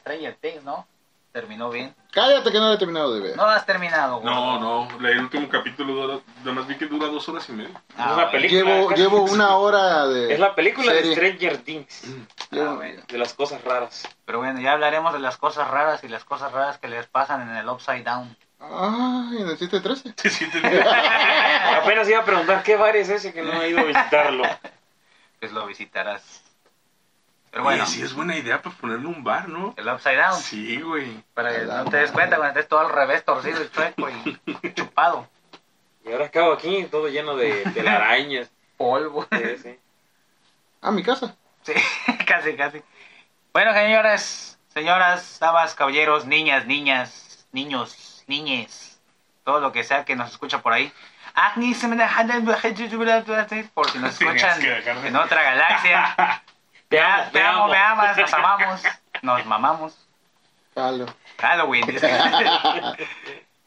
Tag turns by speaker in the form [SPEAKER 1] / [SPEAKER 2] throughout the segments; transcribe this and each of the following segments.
[SPEAKER 1] Stranger Things, ¿no? Terminó bien.
[SPEAKER 2] Cállate que no lo he terminado de ver.
[SPEAKER 1] No has terminado, güey. Ah,
[SPEAKER 3] No, no, el último capítulo dura, nada más vi que dura dos horas y media.
[SPEAKER 1] Ah,
[SPEAKER 4] es la
[SPEAKER 1] bueno.
[SPEAKER 4] película.
[SPEAKER 2] llevo,
[SPEAKER 4] casi.
[SPEAKER 2] llevo una hora de.
[SPEAKER 4] Es la película
[SPEAKER 2] serie.
[SPEAKER 4] de Stranger Things,
[SPEAKER 1] Ah,
[SPEAKER 2] Llevo-
[SPEAKER 1] bueno.
[SPEAKER 4] de las cosas raras.
[SPEAKER 1] Pero bueno, ya hablaremos de las cosas raras y las cosas raras que les pasan en el Upside Down.
[SPEAKER 2] Ay, en el 713.
[SPEAKER 3] Sí, sí, te-
[SPEAKER 4] Apenas iba a preguntar qué bar es ese que no he ido a visitarlo.
[SPEAKER 1] Pues lo visitarás. Pero bueno,
[SPEAKER 3] Oye, sí, es buena idea para ponerle un bar, ¿no?
[SPEAKER 1] el Upside Down.
[SPEAKER 3] Sí, güey.
[SPEAKER 1] Para que no te des cuenta cuando estés todo al revés, torcido y chueco y chupado.
[SPEAKER 4] Y ahora acabo aquí todo lleno de telarañas.
[SPEAKER 1] Polvo.
[SPEAKER 4] Sí, sí.
[SPEAKER 2] A Ah, mi casa.
[SPEAKER 1] Sí, casi, casi. Bueno, señores, señoras, damas, caballeros, niñas, niñas, niños, niñes, todo lo que sea que nos escucha por ahí. Por si nos escuchan
[SPEAKER 3] Tenías que dejar de-
[SPEAKER 1] en otra galaxia.
[SPEAKER 4] Te amo,
[SPEAKER 1] Ah, Te amo, me amas, nos amamos, nos mamamos.
[SPEAKER 2] Jalo.
[SPEAKER 1] Halloween.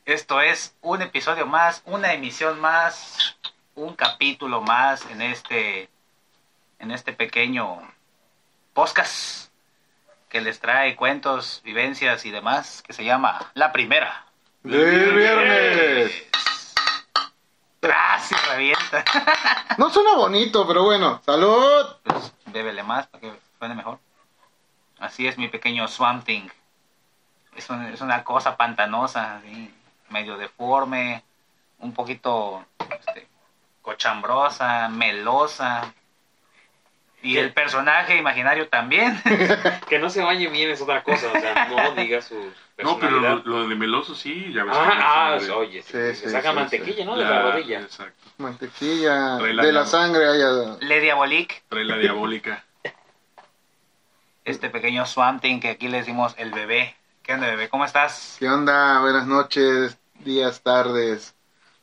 [SPEAKER 1] Esto es un episodio más, una emisión más, un capítulo más en este en este pequeño podcast que les trae cuentos, vivencias y demás que se llama La Primera.
[SPEAKER 2] ¡Del viernes!
[SPEAKER 1] ¡Tras! Y ¡Ah, revienta.
[SPEAKER 2] No suena bonito, pero bueno. ¡Salud!
[SPEAKER 1] Pues bébele más para que suene mejor. Así es mi pequeño Swamp Thing. Es, un- es una cosa pantanosa, así, medio deforme, un poquito este, cochambrosa, melosa. Y el personaje imaginario también.
[SPEAKER 4] Que no se bañe bien es otra cosa, o sea, no diga su
[SPEAKER 3] No, pero
[SPEAKER 4] personalidad.
[SPEAKER 3] lo, lo de Meloso sí, ya ves. que
[SPEAKER 4] Ah, ah,
[SPEAKER 3] no sabe.
[SPEAKER 4] oye, sí,
[SPEAKER 2] Sí,
[SPEAKER 4] le
[SPEAKER 2] sí,
[SPEAKER 4] saca
[SPEAKER 2] sí,
[SPEAKER 4] mantequilla,
[SPEAKER 2] sí.
[SPEAKER 4] ¿no? De la rodilla.
[SPEAKER 3] Exacto.
[SPEAKER 2] Mantequilla
[SPEAKER 3] Relámpago.
[SPEAKER 2] de la sangre allá.
[SPEAKER 1] Le Diabolique,
[SPEAKER 3] Trae la diabólica.
[SPEAKER 1] este pequeño Swamp Thing que aquí le decimos el bebé. ¿Qué onda, bebé? ¿Cómo estás?
[SPEAKER 2] ¿Qué onda? Buenas noches, días, tardes.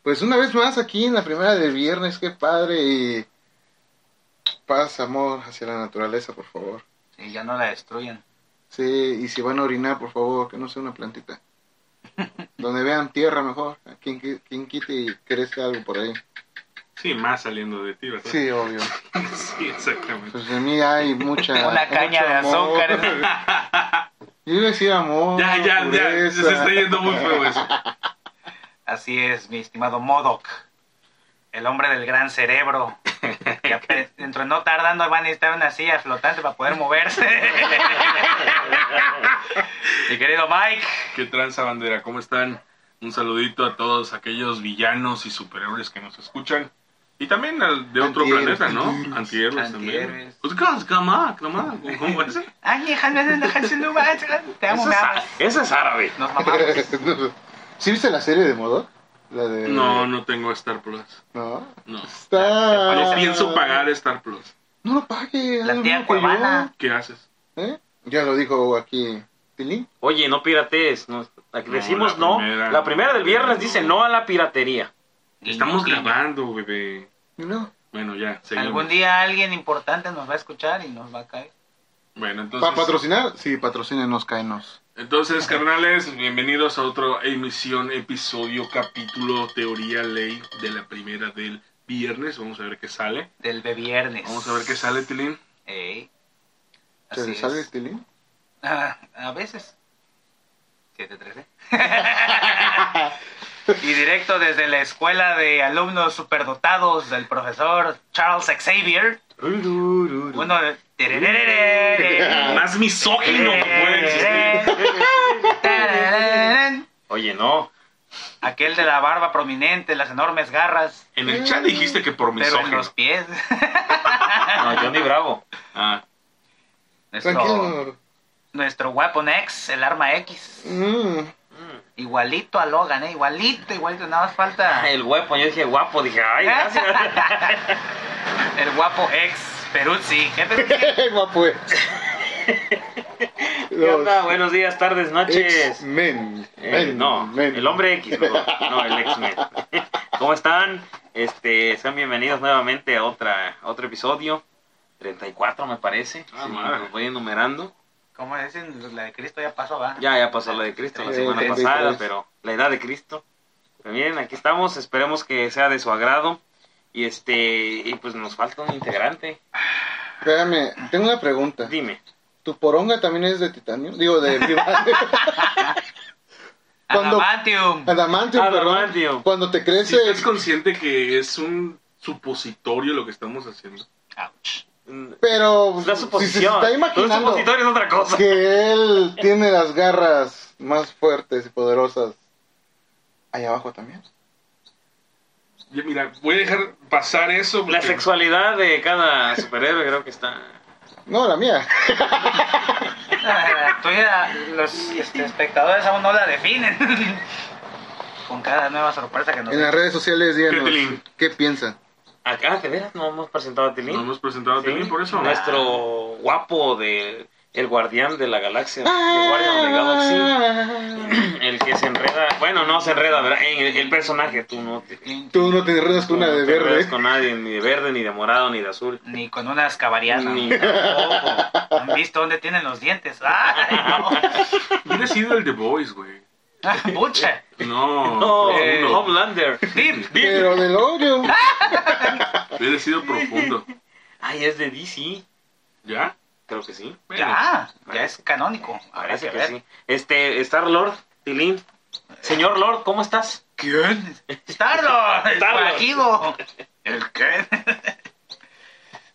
[SPEAKER 2] Pues una vez más aquí en la primera del viernes, qué padre y paz, amor hacia la naturaleza, por favor.
[SPEAKER 1] Sí, ya no la destruyen.
[SPEAKER 2] Sí, y si van a orinar, por favor, que no sea una plantita. Donde vean tierra mejor, quien, qui- quien quite y crezca algo por ahí.
[SPEAKER 3] Sí, más saliendo de ti, ¿verdad?
[SPEAKER 2] Sí, obvio.
[SPEAKER 3] Sí, exactamente.
[SPEAKER 2] Pues de mí hay mucha...
[SPEAKER 1] Una caña
[SPEAKER 2] mucho
[SPEAKER 1] de
[SPEAKER 2] amor.
[SPEAKER 1] azúcar.
[SPEAKER 2] Yo iba a decir amor.
[SPEAKER 3] Ya, ya, ya.
[SPEAKER 2] pureza.
[SPEAKER 3] Se está yendo muy feo eso.
[SPEAKER 1] Así es, mi estimado Modoc, el hombre del gran cerebro. Que ape- dentro de no tardando van a necesitar una silla flotante para poder moverse. mi querido Mike,
[SPEAKER 3] Qué tranza bandera, ¿cómo están? Un saludito a todos aquellos villanos y superhéroes que nos escuchan. Y también al de otro
[SPEAKER 2] Antihéroes,
[SPEAKER 3] planeta, ¿no?
[SPEAKER 2] antihéroes.
[SPEAKER 3] Antihéroes también.
[SPEAKER 1] Antihéroes.
[SPEAKER 3] Pues, ¿cómo es? ¿Cómo es? ¿Cómo es? ¿Cómo es?
[SPEAKER 1] Ay, hija, no es de Hatsuno, Mike. te amo,
[SPEAKER 4] Eso
[SPEAKER 1] me
[SPEAKER 4] es,
[SPEAKER 1] amas.
[SPEAKER 4] á- eso es árabe.
[SPEAKER 1] Nos mamamos.
[SPEAKER 2] No. ¿Sí viste la serie de modo? La de...
[SPEAKER 3] No, no tengo Star Plus.
[SPEAKER 2] No.
[SPEAKER 3] No.
[SPEAKER 2] Está...
[SPEAKER 3] No pienso pagar Star Plus.
[SPEAKER 2] No lo pague.
[SPEAKER 1] La
[SPEAKER 2] hazlo
[SPEAKER 1] tía
[SPEAKER 2] mismo que
[SPEAKER 1] Cuevana.
[SPEAKER 3] ¿Qué haces?
[SPEAKER 2] yo, ¿eh? Ya lo dijo aquí Tilín.
[SPEAKER 4] Oye, no piratees. no- aquí
[SPEAKER 3] No,
[SPEAKER 4] decimos
[SPEAKER 3] la
[SPEAKER 4] no.
[SPEAKER 3] primera.
[SPEAKER 4] la primera del viernes dice no a la piratería.
[SPEAKER 3] Estamos
[SPEAKER 1] Guiño, guiño.
[SPEAKER 3] grabando, bebé.
[SPEAKER 2] No.
[SPEAKER 3] Bueno, ya, seguimos.
[SPEAKER 1] Algún día alguien importante nos va a escuchar y nos va a caer.
[SPEAKER 3] Bueno,
[SPEAKER 2] ¿Para
[SPEAKER 3] entonces,
[SPEAKER 2] patrocinar? Sí, patrocínenos, caenos.
[SPEAKER 3] entonces, carnales, bienvenidos a otro emisión, episodio, capítulo, teoría, ley de la primera del viernes. Vamos a ver qué sale.
[SPEAKER 1] Del de viernes.
[SPEAKER 3] Vamos a ver qué sale, Tilín.
[SPEAKER 1] Ey.
[SPEAKER 2] ¿Se
[SPEAKER 1] Así
[SPEAKER 2] le sale
[SPEAKER 1] es.
[SPEAKER 2] Tilín?
[SPEAKER 1] Ah, a veces. 713. y directo desde la escuela de alumnos superdotados del profesor Charles Xavier. Uno de...
[SPEAKER 3] Más misógino no puede existir.
[SPEAKER 4] Oye, no.
[SPEAKER 1] Aquel de la barba prominente, las enormes garras,
[SPEAKER 3] En el chat dijiste que por
[SPEAKER 1] pero en
[SPEAKER 3] misógino.
[SPEAKER 1] los pies.
[SPEAKER 4] No, Johnny Bravo.
[SPEAKER 3] Ah,
[SPEAKER 1] Nuestro,
[SPEAKER 2] Tranquilo.
[SPEAKER 1] nuestro Weapon X, el arma X.
[SPEAKER 2] Mm.
[SPEAKER 1] Igualito a Logan, ¿eh? igualito, igualito. Nada más falta
[SPEAKER 4] Ah, El guapo, yo dije guapo, dije, ay, gracias.
[SPEAKER 1] ¿Eh? el guapo ex Peruzzi. ¿Qué Peruzzi?
[SPEAKER 2] Guapo.
[SPEAKER 4] ¿Qué onda? Buenos días, tardes, noches.
[SPEAKER 2] X-Men.
[SPEAKER 4] Eh,
[SPEAKER 2] Men,
[SPEAKER 4] no,
[SPEAKER 2] men.
[SPEAKER 4] el hombre X, perdón. no, el X-Men. ¿Cómo están? Este, sean bienvenidos nuevamente a otra, a otro episodio. 34 me parece.
[SPEAKER 3] Ah,
[SPEAKER 4] si
[SPEAKER 3] madre.
[SPEAKER 4] los voy enumerando.
[SPEAKER 1] Como dicen, la de Cristo ya pasó, ¿va?
[SPEAKER 4] Ya, ya pasó la de Cristo la
[SPEAKER 2] Eh,
[SPEAKER 4] semana
[SPEAKER 2] 33.
[SPEAKER 4] pasada, pero la edad de Cristo. Pero miren, aquí estamos, esperemos que sea de su agrado. Y este, y pues nos falta un integrante.
[SPEAKER 2] Espérame, tengo una pregunta.
[SPEAKER 4] Dime,
[SPEAKER 2] ¿Tu poronga también es de titanio? Digo, de vibranio. Cuando-
[SPEAKER 1] Adamantium.
[SPEAKER 4] Ah,
[SPEAKER 2] Adamantium, perdón.
[SPEAKER 4] Adamantium.
[SPEAKER 2] Cuando te
[SPEAKER 3] Si
[SPEAKER 2] crece...
[SPEAKER 3] estás consciente que es un supositorio lo que estamos haciendo.
[SPEAKER 1] Ouch.
[SPEAKER 2] Pero...
[SPEAKER 4] Es la
[SPEAKER 2] Si se
[SPEAKER 4] suposición.
[SPEAKER 2] está
[SPEAKER 4] Pero un
[SPEAKER 2] imaginando
[SPEAKER 4] supositorio es otra cosa.
[SPEAKER 2] que él tiene las garras más fuertes y poderosas. Ahí abajo también.
[SPEAKER 3] Ya, mira, voy a dejar pasar eso.
[SPEAKER 4] La
[SPEAKER 3] porque-
[SPEAKER 4] sexualidad de cada superhéroe creo que está.
[SPEAKER 2] No, la mía.
[SPEAKER 1] La tuya, los este, espectadores aún no la definen. Con cada nueva sorpresa que nos
[SPEAKER 2] En las redes sociales díganos
[SPEAKER 3] Caitlyn.
[SPEAKER 2] qué piensan.
[SPEAKER 4] Acá, que veras, no hemos presentado a Tilín.
[SPEAKER 3] No hemos presentado
[SPEAKER 4] Sí,
[SPEAKER 3] también por eso.
[SPEAKER 4] Nuestro guapo de el guardián de la galaxia,
[SPEAKER 2] Ah.
[SPEAKER 4] el guardián de la galaxy, el que se enreda, bueno no se enreda, ¿verdad? El, el personaje, tú no te,
[SPEAKER 2] Tú no te enredas con una
[SPEAKER 4] tú
[SPEAKER 2] de
[SPEAKER 4] no te enredas
[SPEAKER 2] verde.
[SPEAKER 4] con nadie, ni de verde, ni de morado, ni de azul,
[SPEAKER 1] Ni con unas cabarianas.
[SPEAKER 4] ni
[SPEAKER 1] Tampoco. ¿Han visto dónde tienen los dientes? ¡Ay, no!
[SPEAKER 3] Hubiera sido el The Voice, güey.
[SPEAKER 1] ¡Pucha!
[SPEAKER 3] No,
[SPEAKER 4] no,
[SPEAKER 1] eh,
[SPEAKER 3] profundo.
[SPEAKER 4] Oh, Homelander,
[SPEAKER 1] Dip.
[SPEAKER 4] Dip.
[SPEAKER 2] Pero del odio.
[SPEAKER 3] Hubiera sido profundo.
[SPEAKER 4] ay es de DC,
[SPEAKER 3] ¿Ya?
[SPEAKER 4] creo que sí,
[SPEAKER 3] Bueno,
[SPEAKER 1] Ya, ya es canónico. Habrá
[SPEAKER 4] parece
[SPEAKER 1] que
[SPEAKER 4] que
[SPEAKER 1] ver.
[SPEAKER 4] sí, este Star Lord, Tilín, señor Lord, ¿cómo estás?
[SPEAKER 1] ¿Quién? ¡Starlo! ¡El
[SPEAKER 4] Starlord.
[SPEAKER 1] guajido. ¿El qué?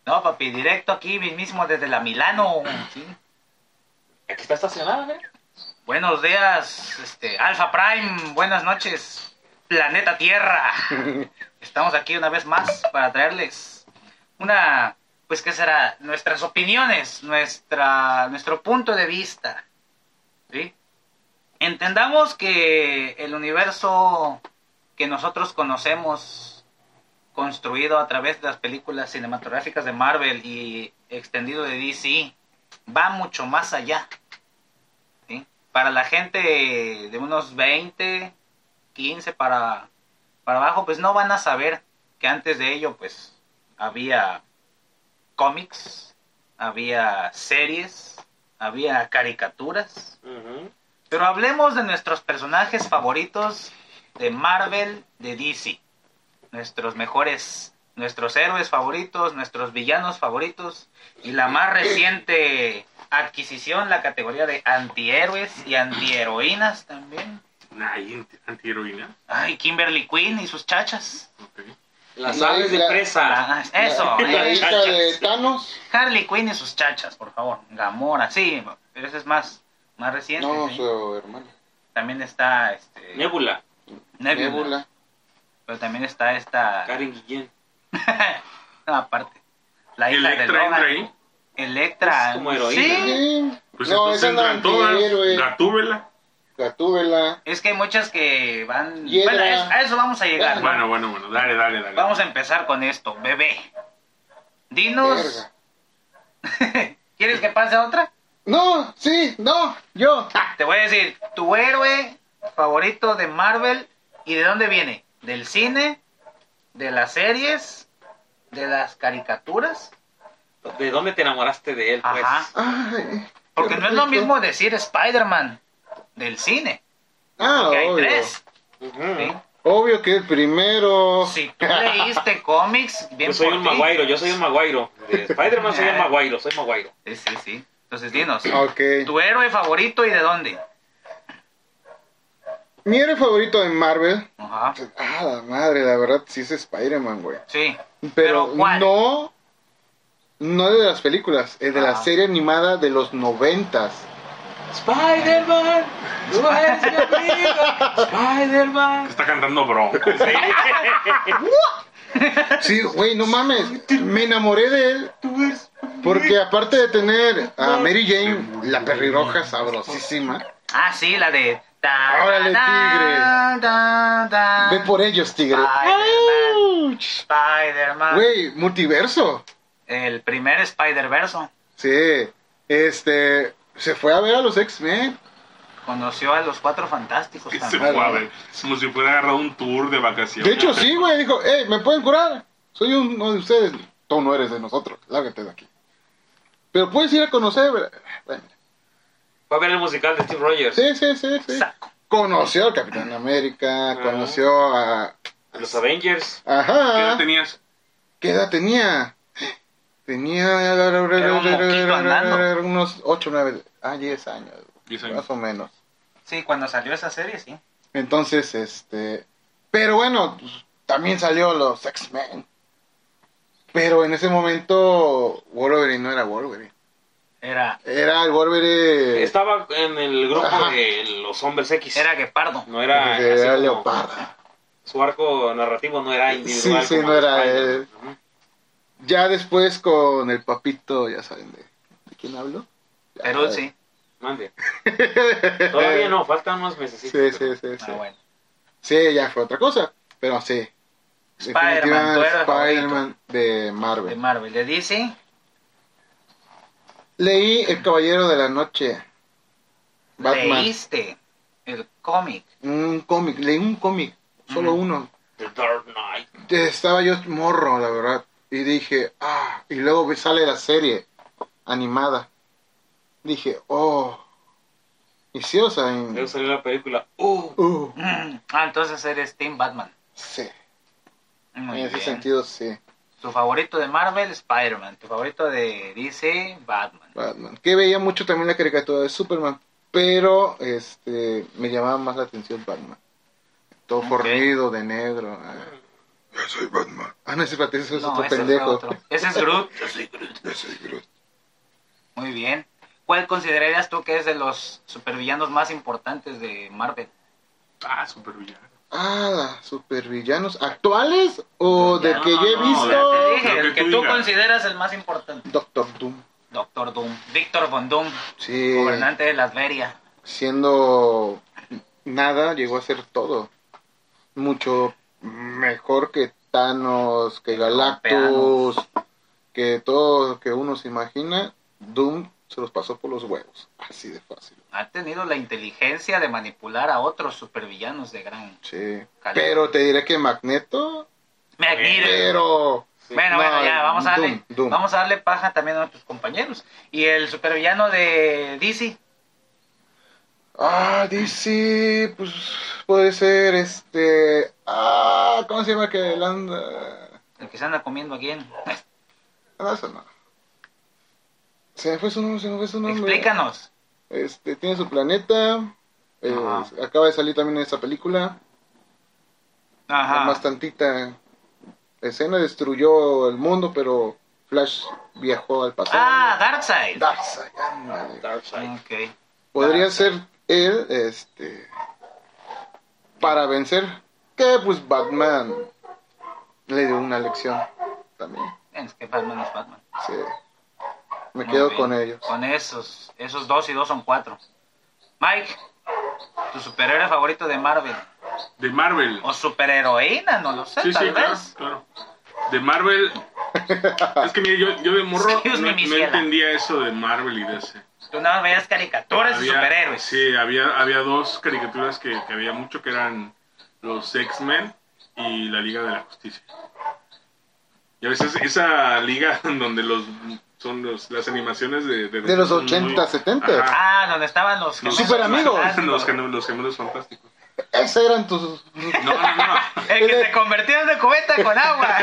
[SPEAKER 1] No, papi, directo aquí mismo desde la Milano. Sí.
[SPEAKER 4] Aquí está estacionada, ¿eh? ¿verdad?
[SPEAKER 1] Buenos días, este, Alfa Prime, buenas noches, planeta Tierra. Estamos aquí una vez más para traerles una, pues, ¿qué será? Nuestras opiniones, nuestra, nuestro punto de vista. ¿sí? Entendamos que el universo que nosotros conocemos, construido a través de las películas cinematográficas de Marvel y extendido de DC, va mucho más allá. ¿sí? Para la gente de unos 20, 15 para, para abajo, pues no van a saber que antes de ello, pues había cómics, había series, había caricaturas.
[SPEAKER 4] Ujú.
[SPEAKER 1] Pero hablemos de nuestros personajes favoritos de Marvel, de DC. Nuestros mejores, nuestros héroes favoritos, nuestros villanos favoritos. Y la más reciente adquisición, la categoría de antihéroes y antiheroínas también.
[SPEAKER 3] nah, y anti- antiheroína.
[SPEAKER 1] Ay, Kimberly Quinn y sus chachas.
[SPEAKER 3] Ok.
[SPEAKER 4] Las
[SPEAKER 2] La
[SPEAKER 4] aves de
[SPEAKER 2] isla-
[SPEAKER 4] presa.
[SPEAKER 1] Ah, eso.
[SPEAKER 2] La, la
[SPEAKER 1] eh.
[SPEAKER 2] hija de Thanos.
[SPEAKER 1] Harley Quinn y sus chachas, por favor. Gamora, sí, pero ese es más, más reciente.
[SPEAKER 2] No,
[SPEAKER 1] sí.
[SPEAKER 2] su hermano.
[SPEAKER 1] También está este,
[SPEAKER 4] Nebula,
[SPEAKER 1] Nebula,
[SPEAKER 2] Nebula.
[SPEAKER 1] Pero también está esta...
[SPEAKER 4] Karen Guillén.
[SPEAKER 1] No, aparte. La hija de
[SPEAKER 3] Electra entra
[SPEAKER 1] Logan.
[SPEAKER 3] ahí.
[SPEAKER 1] Electra.
[SPEAKER 4] Es como heroína.
[SPEAKER 1] Sí.
[SPEAKER 2] Sí.
[SPEAKER 3] Pues
[SPEAKER 2] no,
[SPEAKER 3] entonces
[SPEAKER 2] esa es la
[SPEAKER 3] entran todas.
[SPEAKER 2] antihéroe.
[SPEAKER 3] Gatúbela.
[SPEAKER 2] Gatúbela.
[SPEAKER 1] Es que hay muchas que van...
[SPEAKER 2] Hiedra.
[SPEAKER 1] Bueno, a eso, a eso vamos a llegar.
[SPEAKER 2] Bueno.
[SPEAKER 3] Bueno, bueno, bueno. Dale, dale, dale.
[SPEAKER 1] Vamos a empezar con esto, bebé. Dinos...
[SPEAKER 2] Verga.
[SPEAKER 1] ¿Quieres que pase a otra? Ah,
[SPEAKER 2] No, sí, no, yo.
[SPEAKER 1] Te voy a decir, tu héroe favorito de Marvel, ¿y de dónde viene? ¿Del cine? ¿De las series? ¿De las caricaturas?
[SPEAKER 4] ¿De dónde te enamoraste de él, pues?
[SPEAKER 1] Ajá.
[SPEAKER 2] Ay,
[SPEAKER 1] Porque
[SPEAKER 2] qué
[SPEAKER 1] no es lo
[SPEAKER 2] rico.
[SPEAKER 1] mismo decir Spider-Man del cine,
[SPEAKER 2] Ah,
[SPEAKER 1] que hay
[SPEAKER 2] obvio.
[SPEAKER 1] tres.
[SPEAKER 4] Ujú.
[SPEAKER 1] ¿sí?
[SPEAKER 2] Obvio que el primero.
[SPEAKER 1] Si tú leíste cómics, bien
[SPEAKER 4] Yo soy
[SPEAKER 1] por
[SPEAKER 4] un
[SPEAKER 1] ti.
[SPEAKER 4] maguairo, yo soy un maguairo. De Spider-Man soy un maguairo, soy maguairo.
[SPEAKER 1] Sí, sí, sí. Entonces, dinos,
[SPEAKER 2] Ah, Ok.
[SPEAKER 1] ¿tu héroe favorito y de dónde?
[SPEAKER 2] Mi héroe favorito en Marvel.
[SPEAKER 1] Ajá.
[SPEAKER 2] Ah, la madre, la verdad, sí es Spider-Man, güey.
[SPEAKER 1] Sí.
[SPEAKER 2] Pero,
[SPEAKER 1] ¿Pero cuál?
[SPEAKER 2] no. No de las películas, es de la
[SPEAKER 1] Ah.
[SPEAKER 2] serie animada de los noventas.
[SPEAKER 4] Spider-Man, tú eres mi amigo. Spider-Man.
[SPEAKER 3] Está cantando bronco.
[SPEAKER 2] Sí, güey, no mames. Me enamoré de él. Porque aparte de tener a Mary Jane, la perriroja sabrosísima,
[SPEAKER 1] Ah, sí, la de... ta-
[SPEAKER 2] Órale,
[SPEAKER 1] ta-
[SPEAKER 2] tigre.
[SPEAKER 1] ta- ta-
[SPEAKER 2] ve por ellos, tigre.
[SPEAKER 1] Spider-Man. Spider-Man.
[SPEAKER 2] Güey, multiverso.
[SPEAKER 1] El primer Spider-Verso.
[SPEAKER 2] Sí. Este. Se fue a ver a los X-Men.
[SPEAKER 1] Conoció a los cuatro fantásticos
[SPEAKER 3] Que se
[SPEAKER 1] también.
[SPEAKER 3] fue a ver. Como si fuera agarrado un tour de vacaciones.
[SPEAKER 2] De hecho, sí, güey. Dijo, hey, ¿me pueden curar? Soy uno de ustedes. Tú no eres de nosotros. Lárgate de aquí. Pero puedes ir a conocer. Bueno,
[SPEAKER 4] Va a ver el musical de Steve Rogers.
[SPEAKER 2] sí, sí, sí, sí.
[SPEAKER 1] Saco.
[SPEAKER 2] Conoció al Capitán América.
[SPEAKER 4] Ah.
[SPEAKER 2] Conoció a.
[SPEAKER 4] Los Avengers.
[SPEAKER 2] ah.
[SPEAKER 3] ¿Qué edad
[SPEAKER 2] Ajá.
[SPEAKER 3] tenías?
[SPEAKER 2] ¿Qué edad tenía? Tenía
[SPEAKER 1] Era un moquito andando.
[SPEAKER 2] unos 8, 9, ah, 10 años,
[SPEAKER 3] 10 años.
[SPEAKER 2] más o menos.
[SPEAKER 1] Sí, cuando salió esa serie, sí.
[SPEAKER 2] Entonces, este. Pero bueno, pues, también salió los X-Men. Pero en ese momento, Wolverine no era Wolverine.
[SPEAKER 1] Era,
[SPEAKER 2] Era el Wolverine.
[SPEAKER 4] Estaba en el grupo
[SPEAKER 2] Ajá.
[SPEAKER 4] de los hombres X.
[SPEAKER 1] era Guepardo.
[SPEAKER 4] no era.
[SPEAKER 2] que
[SPEAKER 4] así
[SPEAKER 2] era
[SPEAKER 4] como-
[SPEAKER 2] Leopardo.
[SPEAKER 4] Su arco narrativo no era individual.
[SPEAKER 2] Sí, sí,
[SPEAKER 4] como
[SPEAKER 2] no era
[SPEAKER 4] Spider-Man.
[SPEAKER 2] él. Ya después con el papito, ya saben de, ¿de quién hablo. Ya
[SPEAKER 1] Pero
[SPEAKER 2] saben.
[SPEAKER 1] sí.
[SPEAKER 4] Mande. Todavía no, faltan unos meses.
[SPEAKER 2] Eh, Sí, sí, sí.
[SPEAKER 1] Ah,
[SPEAKER 2] Sí.
[SPEAKER 1] bueno.
[SPEAKER 2] Sí, ya fue otra cosa. Pero sí.
[SPEAKER 1] Spider-Man, tu héroe
[SPEAKER 2] Spider-Man de
[SPEAKER 1] favorito de
[SPEAKER 2] Marvel.
[SPEAKER 1] Marvel. De DC,
[SPEAKER 2] Leí El Caballero de la Noche. Batman.
[SPEAKER 1] leíste el cómic.
[SPEAKER 2] Un cómic, leí un cómic, solo
[SPEAKER 1] Ujú.
[SPEAKER 2] uno.
[SPEAKER 4] The Dark Knight.
[SPEAKER 2] Estaba yo morro, la verdad. Y dije, ah, y luego sale la serie animada. Dije, oh. Y sí, o sea, en-
[SPEAKER 4] Luego salió la película. ¡Uh!
[SPEAKER 2] uh,
[SPEAKER 1] Mm. Ah, entonces eres Team Batman.
[SPEAKER 2] sí.
[SPEAKER 1] Muy
[SPEAKER 2] en ese
[SPEAKER 1] bien.
[SPEAKER 2] sentido, sí.
[SPEAKER 1] Tu favorito de Marvel, Spider-Man. Tu favorito de DC, Batman.
[SPEAKER 2] Batman. Que veía mucho también la caricatura de Superman. Pero este me llamaba más la atención Batman. Todo
[SPEAKER 1] Ok.
[SPEAKER 2] fornido de negro. ah. Yo soy Batman. Ah, no, ese, ese es otro
[SPEAKER 1] ese fue
[SPEAKER 2] pendejo.
[SPEAKER 1] otro. Ese es Groot. Yo soy Groot.
[SPEAKER 2] Yo soy Groot.
[SPEAKER 1] Muy bien. ¿Cuál considerarías tú que es de los supervillanos más importantes de Marvel?
[SPEAKER 3] Ah, super villano.
[SPEAKER 2] Ah, supervillanos actuales o de
[SPEAKER 1] No,
[SPEAKER 2] que yo he
[SPEAKER 1] no,
[SPEAKER 2] visto.
[SPEAKER 1] ya te dije,
[SPEAKER 3] Lo que
[SPEAKER 1] el que
[SPEAKER 3] tú
[SPEAKER 1] tú
[SPEAKER 3] digas.
[SPEAKER 1] consideras el más importante.
[SPEAKER 2] Doctor Doom.
[SPEAKER 1] Doctor Doom. Víctor Von Doom,
[SPEAKER 2] Sí,
[SPEAKER 1] gobernante de las Veria.
[SPEAKER 2] siendo nada llegó a ser todo. Mucho mejor que Thanos, que Galactus, que todo lo que uno se imagina. Doom se los pasó por los huevos, así de fácil.
[SPEAKER 1] Ha tenido la inteligencia de manipular a otros supervillanos de gran
[SPEAKER 2] Sí.
[SPEAKER 1] Cali.
[SPEAKER 2] Pero te diré que Magneto,
[SPEAKER 1] Magneto.
[SPEAKER 2] pero
[SPEAKER 4] Sí.
[SPEAKER 1] Bueno, bueno,
[SPEAKER 2] No,
[SPEAKER 1] ya, vamos a darle,
[SPEAKER 2] Doom, Doom.
[SPEAKER 1] vamos a darle paja también a nuestros compañeros. Y el supervillano de DC,
[SPEAKER 2] Ah, DC, pues puede ser este. Ah, ¿cómo se llama que él anda?
[SPEAKER 1] el que se anda comiendo aquí en...
[SPEAKER 2] No, eso no. Se me fue su nombre, se me fue su nombre.
[SPEAKER 1] Explícanos.
[SPEAKER 2] Este, tiene su planeta. eh,
[SPEAKER 1] Ajá.
[SPEAKER 2] acaba de salir también en esa película. Más
[SPEAKER 1] Ajá.
[SPEAKER 2] tantita escena destruyó el mundo, pero Flash viajó al pasado.
[SPEAKER 1] Ah, Darkseid.
[SPEAKER 2] Darkseid, ándale.
[SPEAKER 4] Darkseid.
[SPEAKER 1] Ok.
[SPEAKER 2] Podría ser él, este, para vencer. Que pues Batman le dio una lección también.
[SPEAKER 1] Es que Batman es Batman.
[SPEAKER 2] Sí. Me
[SPEAKER 1] Muy
[SPEAKER 2] quedo
[SPEAKER 1] bien.
[SPEAKER 2] con ellos.
[SPEAKER 1] Con esos. Esos dos y dos son cuatro. Mike, tu superhéroe favorito de Marvel.
[SPEAKER 3] De Marvel.
[SPEAKER 1] O superheroína, no lo sé,
[SPEAKER 3] Sí,
[SPEAKER 1] tal
[SPEAKER 3] sí, claro,
[SPEAKER 1] vez.
[SPEAKER 3] claro. De Marvel. Es que mira, yo, yo de morro
[SPEAKER 1] Excuse
[SPEAKER 3] no,
[SPEAKER 1] me,
[SPEAKER 3] no
[SPEAKER 1] Michela.
[SPEAKER 3] entendía eso de Marvel y de ese.
[SPEAKER 1] Tú nada más veías caricaturas y superhéroes.
[SPEAKER 3] Sí, había, había dos caricaturas que, que había mucho que eran los X-Men y la Liga de la Justicia. Y a veces esa liga en donde los son los, las animaciones de,
[SPEAKER 2] De los
[SPEAKER 3] son muy-
[SPEAKER 2] 80, 70.
[SPEAKER 3] Ajá,
[SPEAKER 1] Ah, donde estaban los
[SPEAKER 3] Los
[SPEAKER 1] gemelos.
[SPEAKER 2] superamigos.
[SPEAKER 1] fantásticos.
[SPEAKER 3] Los, gem- los gemelos fantásticos.
[SPEAKER 2] Esos eran tus...
[SPEAKER 3] No, no, no.
[SPEAKER 1] El que se convertía en una cubeta con agua.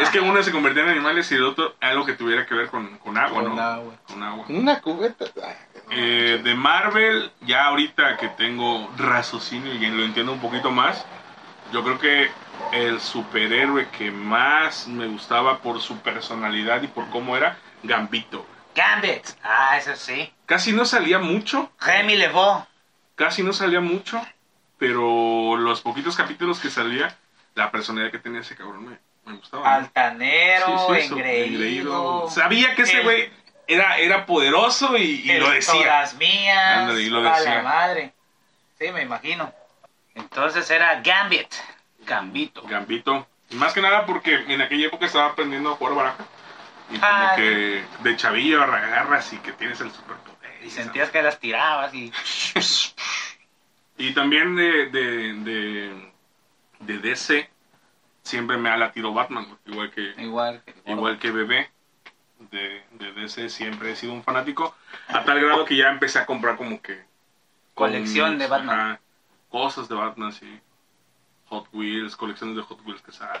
[SPEAKER 3] Es que uno se convertía en animales y el otro algo que tuviera que ver con, con agua,
[SPEAKER 1] Con
[SPEAKER 3] ¿no?
[SPEAKER 1] agua.
[SPEAKER 3] Con agua.
[SPEAKER 2] Una cubeta. Ay, no
[SPEAKER 3] Eh,
[SPEAKER 2] manches.
[SPEAKER 3] de Marvel, ya ahorita que tengo raciocinio y lo entiendo un poquito más, yo creo que el superhéroe que más me gustaba por su personalidad y por cómo era, Gambito.
[SPEAKER 1] Gambit. Ah, eso sí.
[SPEAKER 3] Casi no salía mucho,
[SPEAKER 1] Remy Levó.
[SPEAKER 3] casi no salía mucho, pero los poquitos capítulos que salía, la personalidad que tenía ese cabrón me, me gustaba. ¿no?
[SPEAKER 1] Altanero,
[SPEAKER 3] Sí, sí, eso,
[SPEAKER 1] engreído.
[SPEAKER 3] engreído. Sabía que ese
[SPEAKER 1] El-
[SPEAKER 3] güey era, era poderoso y, y
[SPEAKER 1] El
[SPEAKER 3] lo decía.
[SPEAKER 1] Todas mías.
[SPEAKER 3] Ándale, y lo
[SPEAKER 1] a
[SPEAKER 3] decía.
[SPEAKER 1] la madre. Sí, me imagino. Entonces era Gambit. Gambito.
[SPEAKER 3] Gambito. Y más que nada porque en aquella época estaba aprendiendo a jugar baraja. Y como
[SPEAKER 1] Ah,
[SPEAKER 3] que de chavillo agarras y que tienes el superpoder.
[SPEAKER 1] Y
[SPEAKER 3] Y,
[SPEAKER 1] sentías que las tirabas y...
[SPEAKER 3] esas- Y también de, de, de, de DC siempre me ha latido Batman, igual que,
[SPEAKER 1] Igual que...
[SPEAKER 3] igual que bebé. De, de DC siempre he sido un fanático. A tal grado que ya empecé a comprar como que...
[SPEAKER 1] Colección de
[SPEAKER 3] cómics,
[SPEAKER 1] Batman.
[SPEAKER 3] ajá, cosas de Batman, sí. Hot Wheels, colecciones de Hot Wheels que salen.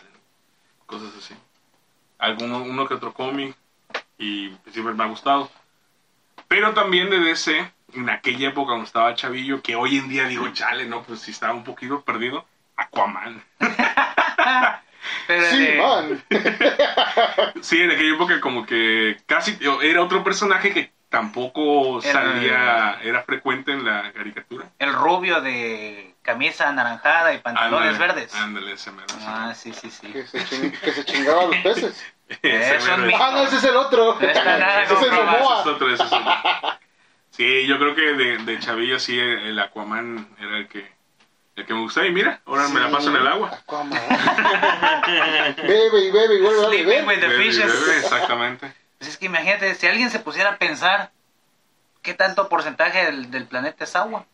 [SPEAKER 3] Cosas así. Alguno uno que otro cómic. y pues, siempre me ha gustado. Pero también de DC, en aquella época cuando estaba chavillo, que hoy en día digo, chale, no, pues si estaba un poquito perdido, Aquaman.
[SPEAKER 1] Pero
[SPEAKER 2] Sí,
[SPEAKER 1] de-
[SPEAKER 2] man.
[SPEAKER 3] Sí, en aquella época como que casi era otro personaje que tampoco
[SPEAKER 1] Era-
[SPEAKER 3] salía, era frecuente en la caricatura.
[SPEAKER 1] el rubio de camisa anaranjada y pantalones
[SPEAKER 3] Ándale,
[SPEAKER 1] verdes.
[SPEAKER 3] Ándale, ese mero, ese
[SPEAKER 1] Ah,
[SPEAKER 3] mero.
[SPEAKER 1] sí, sí, sí.
[SPEAKER 2] Que se, ching- que se chingaba a los peces.
[SPEAKER 3] Ese
[SPEAKER 1] Es un
[SPEAKER 3] mero.
[SPEAKER 1] mito.
[SPEAKER 2] Ah, no, ese es el otro.
[SPEAKER 1] No está nada
[SPEAKER 2] ese es el
[SPEAKER 1] comprobado.
[SPEAKER 3] Ese
[SPEAKER 2] Momoa.
[SPEAKER 3] es otro, ese es otro. Sí, yo creo que de, de chavillo sí el, el Aquaman era el que el que me gustaba y mira, ahora me la paso en el agua.
[SPEAKER 2] Aquaman. bebe y bebe y vuelve a
[SPEAKER 1] Sleeping
[SPEAKER 2] beber.
[SPEAKER 1] with the
[SPEAKER 3] Bebe y bebe,
[SPEAKER 1] fishes.
[SPEAKER 3] exactamente.
[SPEAKER 1] Pues es que imagínate, si alguien se pusiera a pensar qué tanto porcentaje del, del planeta es agua.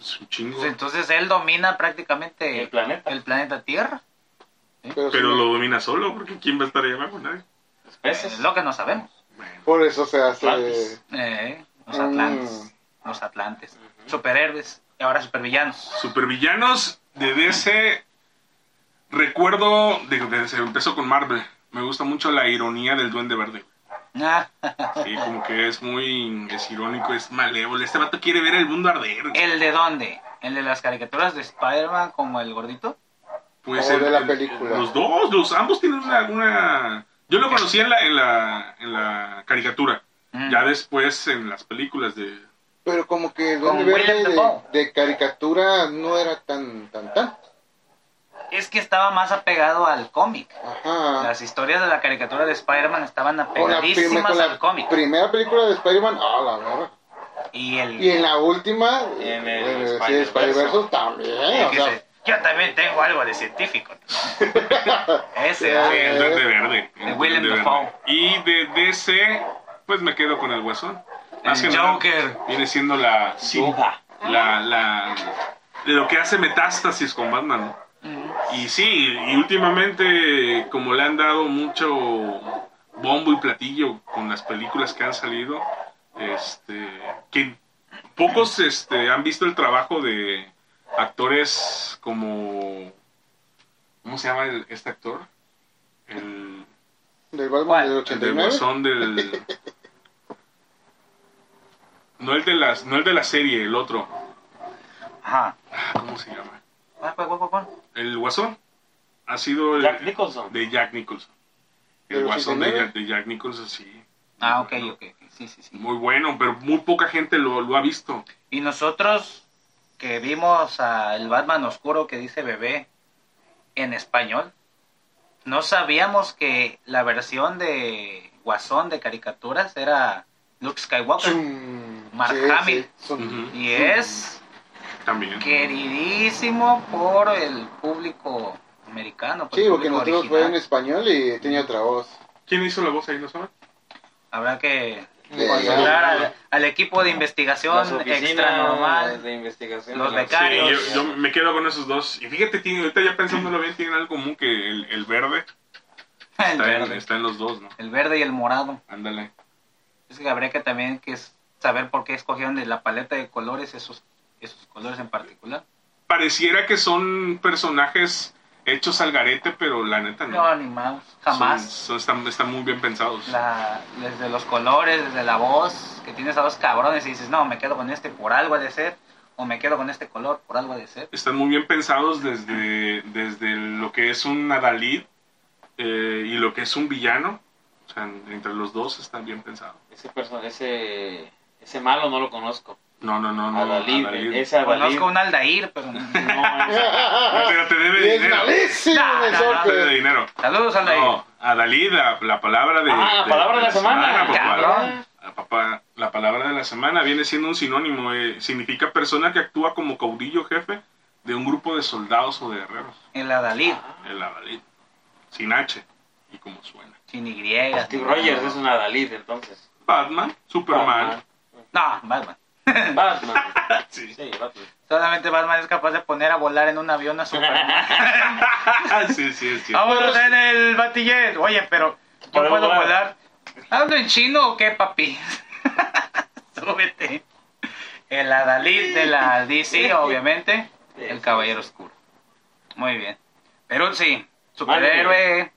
[SPEAKER 3] Es un chingo.
[SPEAKER 1] Pues entonces él domina prácticamente
[SPEAKER 4] El planeta.
[SPEAKER 1] el planeta Tierra.
[SPEAKER 2] Pero sí,
[SPEAKER 3] Pero lo domina solo, porque ¿quién va a estar ahí abajo? Nadie.
[SPEAKER 4] Los
[SPEAKER 1] Es
[SPEAKER 4] peces.
[SPEAKER 1] lo que no sabemos.
[SPEAKER 3] Bueno,
[SPEAKER 2] Por eso se hace.
[SPEAKER 4] Atlantis.
[SPEAKER 1] Eh,
[SPEAKER 2] Mm.
[SPEAKER 1] los Atlantes. Los Atlantes. Superhéroes. Y ahora supervillanos.
[SPEAKER 3] supervillanos de DC. Recuerdo, digo, de DC, empezó con Marvel. Me gusta mucho la ironía del Duende Verde.
[SPEAKER 1] Ah,
[SPEAKER 3] Sí, como que es muy, es irónico, es malévolo. Este vato quiere ver el mundo arder.
[SPEAKER 1] ¿El de dónde? ¿El de las caricaturas de Spider-Man como el gordito?
[SPEAKER 3] Pues
[SPEAKER 2] O
[SPEAKER 3] el-
[SPEAKER 2] de la
[SPEAKER 3] el-
[SPEAKER 2] película.
[SPEAKER 3] Los dos, los, ambos tienen una, una- Yo lo conocí en la, en la, en la caricatura.
[SPEAKER 1] Mm.
[SPEAKER 3] Ya después en las películas de...
[SPEAKER 2] Pero como que el
[SPEAKER 1] Con
[SPEAKER 2] Duende Verde
[SPEAKER 1] Willem
[SPEAKER 2] de,
[SPEAKER 1] Dafoe.
[SPEAKER 2] de caricatura no era tan, tan, tan.
[SPEAKER 1] Es que estaba más apegado al cómic.
[SPEAKER 2] Ajá.
[SPEAKER 1] Las historias de la caricatura de Spider-Man estaban
[SPEAKER 2] Ah. Con la, prim-
[SPEAKER 1] apegadísimas
[SPEAKER 2] con la
[SPEAKER 1] al cómic.
[SPEAKER 2] primera película de Spider-Man, ah, la verdad.
[SPEAKER 1] Y el,
[SPEAKER 2] Y en la última,
[SPEAKER 4] Y en el
[SPEAKER 2] eh, sí,
[SPEAKER 4] Spider-Verse.
[SPEAKER 2] Spider-Verse también.
[SPEAKER 1] el
[SPEAKER 2] o
[SPEAKER 1] que
[SPEAKER 2] sea,
[SPEAKER 1] se- yo también tengo algo de científico. Ese,
[SPEAKER 2] Ya.
[SPEAKER 1] ah,
[SPEAKER 3] Sí, el Duende Verde.
[SPEAKER 1] De
[SPEAKER 3] el
[SPEAKER 1] Willem
[SPEAKER 3] Duende
[SPEAKER 1] Dafoe.
[SPEAKER 3] Verde. Y de DC, pues me quedo con el Guasón. Más
[SPEAKER 1] El
[SPEAKER 3] que nada,
[SPEAKER 1] Joker.
[SPEAKER 3] viene siendo la... sí,
[SPEAKER 4] Duda.
[SPEAKER 3] la, la... de lo que hace metástasis con Batman. ¿no?
[SPEAKER 1] Mm.
[SPEAKER 3] Y sí, y últimamente, como le han dado mucho bombo y platillo con las películas que han salido, este, que pocos este, han visto el trabajo de actores como. ¿Cómo se llama el- este actor? El,
[SPEAKER 2] Del Batman
[SPEAKER 1] ¿Cuál?
[SPEAKER 2] del
[SPEAKER 3] el del
[SPEAKER 2] 89.
[SPEAKER 3] guasón del. No el, de las, no el de la serie, el otro.
[SPEAKER 1] Ajá.
[SPEAKER 3] Ah, ¿Cómo se llama?
[SPEAKER 1] ¿Cuál, cuál, cuál, cuál, cuál?
[SPEAKER 3] El guasón. Ha sido el,
[SPEAKER 4] Jack Nicholson.
[SPEAKER 3] de Jack Nicholson.
[SPEAKER 2] ¿De
[SPEAKER 3] El
[SPEAKER 2] los
[SPEAKER 3] guasón de
[SPEAKER 2] 59?
[SPEAKER 3] Jack, de Jack Nicholson, sí.
[SPEAKER 1] Ah, ok,
[SPEAKER 3] Muy bueno.
[SPEAKER 1] ok. ok. Sí, sí, sí.
[SPEAKER 3] Muy bueno, pero muy poca gente lo, lo ha visto.
[SPEAKER 1] Y nosotros que vimos al Batman oscuro que dice bebé en español, no sabíamos que la versión de Guasón de caricaturas era Luke Skywalker.
[SPEAKER 2] Chum.
[SPEAKER 1] Mark
[SPEAKER 2] Sí, sí,
[SPEAKER 1] Hamill.
[SPEAKER 2] son-
[SPEAKER 3] Ujú.
[SPEAKER 1] Y es
[SPEAKER 3] También.
[SPEAKER 1] queridísimo por el público americano. por
[SPEAKER 2] Sí,
[SPEAKER 1] el
[SPEAKER 2] porque
[SPEAKER 1] público
[SPEAKER 2] nosotros fue en
[SPEAKER 1] original.
[SPEAKER 2] español y tenía otra voz.
[SPEAKER 3] ¿Quién hizo la voz ahí, no saben?
[SPEAKER 1] Habrá que
[SPEAKER 2] Sí,
[SPEAKER 1] consultar
[SPEAKER 2] ya.
[SPEAKER 1] al, al equipo de
[SPEAKER 4] Las
[SPEAKER 1] investigación
[SPEAKER 4] oficinas
[SPEAKER 1] extra normal.
[SPEAKER 4] de investigación.
[SPEAKER 1] Los
[SPEAKER 4] de la-
[SPEAKER 1] becarios. Varios.
[SPEAKER 3] Sí, Eh, yo, yo me quedo con esos dos. Y fíjate, tiene, ahorita ya pensándolo bien, tienen algo común que el, el verde
[SPEAKER 1] El
[SPEAKER 3] está, en,
[SPEAKER 1] verde,
[SPEAKER 3] está en los dos, ¿no?
[SPEAKER 1] el verde y el morado.
[SPEAKER 3] Ándale.
[SPEAKER 1] Es que habría que también que es- saber por qué escogieron de la paleta de colores esos, esos colores en particular.
[SPEAKER 3] Pareciera que son personajes hechos al garete, pero la neta no.
[SPEAKER 1] No, ni más, jamás.
[SPEAKER 3] Son- son- están, están muy bien pensados.
[SPEAKER 1] La- desde los colores, desde la voz, que tienes a dos cabrones y dices, no, me quedo con este por algo ha de ser, o me quedo con este color por algo ha de ser.
[SPEAKER 3] están muy bien pensados desde, desde lo que es un Adalid eh, y lo que es un villano. O sea, en- entre los dos están bien pensados.
[SPEAKER 4] Ese, perso- ese, ese malo no lo conozco.
[SPEAKER 3] No, no, no, no.
[SPEAKER 4] Adalid.
[SPEAKER 3] Mm, Adalid.
[SPEAKER 4] Ese Adalid.
[SPEAKER 1] Conozco un Aldair, pero... no.
[SPEAKER 4] No, es-
[SPEAKER 3] Pero te debe
[SPEAKER 2] Y es
[SPEAKER 3] dinero.
[SPEAKER 2] malísimo
[SPEAKER 1] No,
[SPEAKER 2] en
[SPEAKER 1] no,
[SPEAKER 2] el
[SPEAKER 1] no.
[SPEAKER 3] Te debe
[SPEAKER 2] soccer.
[SPEAKER 3] dinero.
[SPEAKER 1] Saludos Aldair.
[SPEAKER 3] No, Adalid, la, la palabra de.
[SPEAKER 4] Ah, la palabra de la semana.
[SPEAKER 3] papá.
[SPEAKER 1] Cabrón.
[SPEAKER 3] La papá- la palabra de la semana viene siendo un sinónimo. eh, significa persona que actúa como caudillo jefe de un grupo de soldados o de guerreros.
[SPEAKER 1] El Adalid,
[SPEAKER 4] Ah,
[SPEAKER 3] El Adalid. Sin H. Y como suena.
[SPEAKER 1] sin Y.
[SPEAKER 4] Steve Rogers es un Adalid, entonces.
[SPEAKER 3] Batman, Superman.
[SPEAKER 1] No, Batman.
[SPEAKER 4] Batman. Batman.
[SPEAKER 3] Sí.
[SPEAKER 4] Sí, Batman.
[SPEAKER 1] Solamente Batman es capaz de poner a volar en un avión a Superman.
[SPEAKER 3] Ah, sí, sí, es cierto.
[SPEAKER 1] Vámonos en el batillet. Oye, pero yo
[SPEAKER 4] Podemos
[SPEAKER 1] puedo volar.
[SPEAKER 4] volar.
[SPEAKER 1] ¿Hablo en chino o qué, papi? Súbete. El Adalid de la DC, obviamente.
[SPEAKER 4] Sí,
[SPEAKER 1] el
[SPEAKER 4] sí,
[SPEAKER 1] Caballero
[SPEAKER 4] sí.
[SPEAKER 1] Oscuro. Muy bien. Pero sí, superhéroe de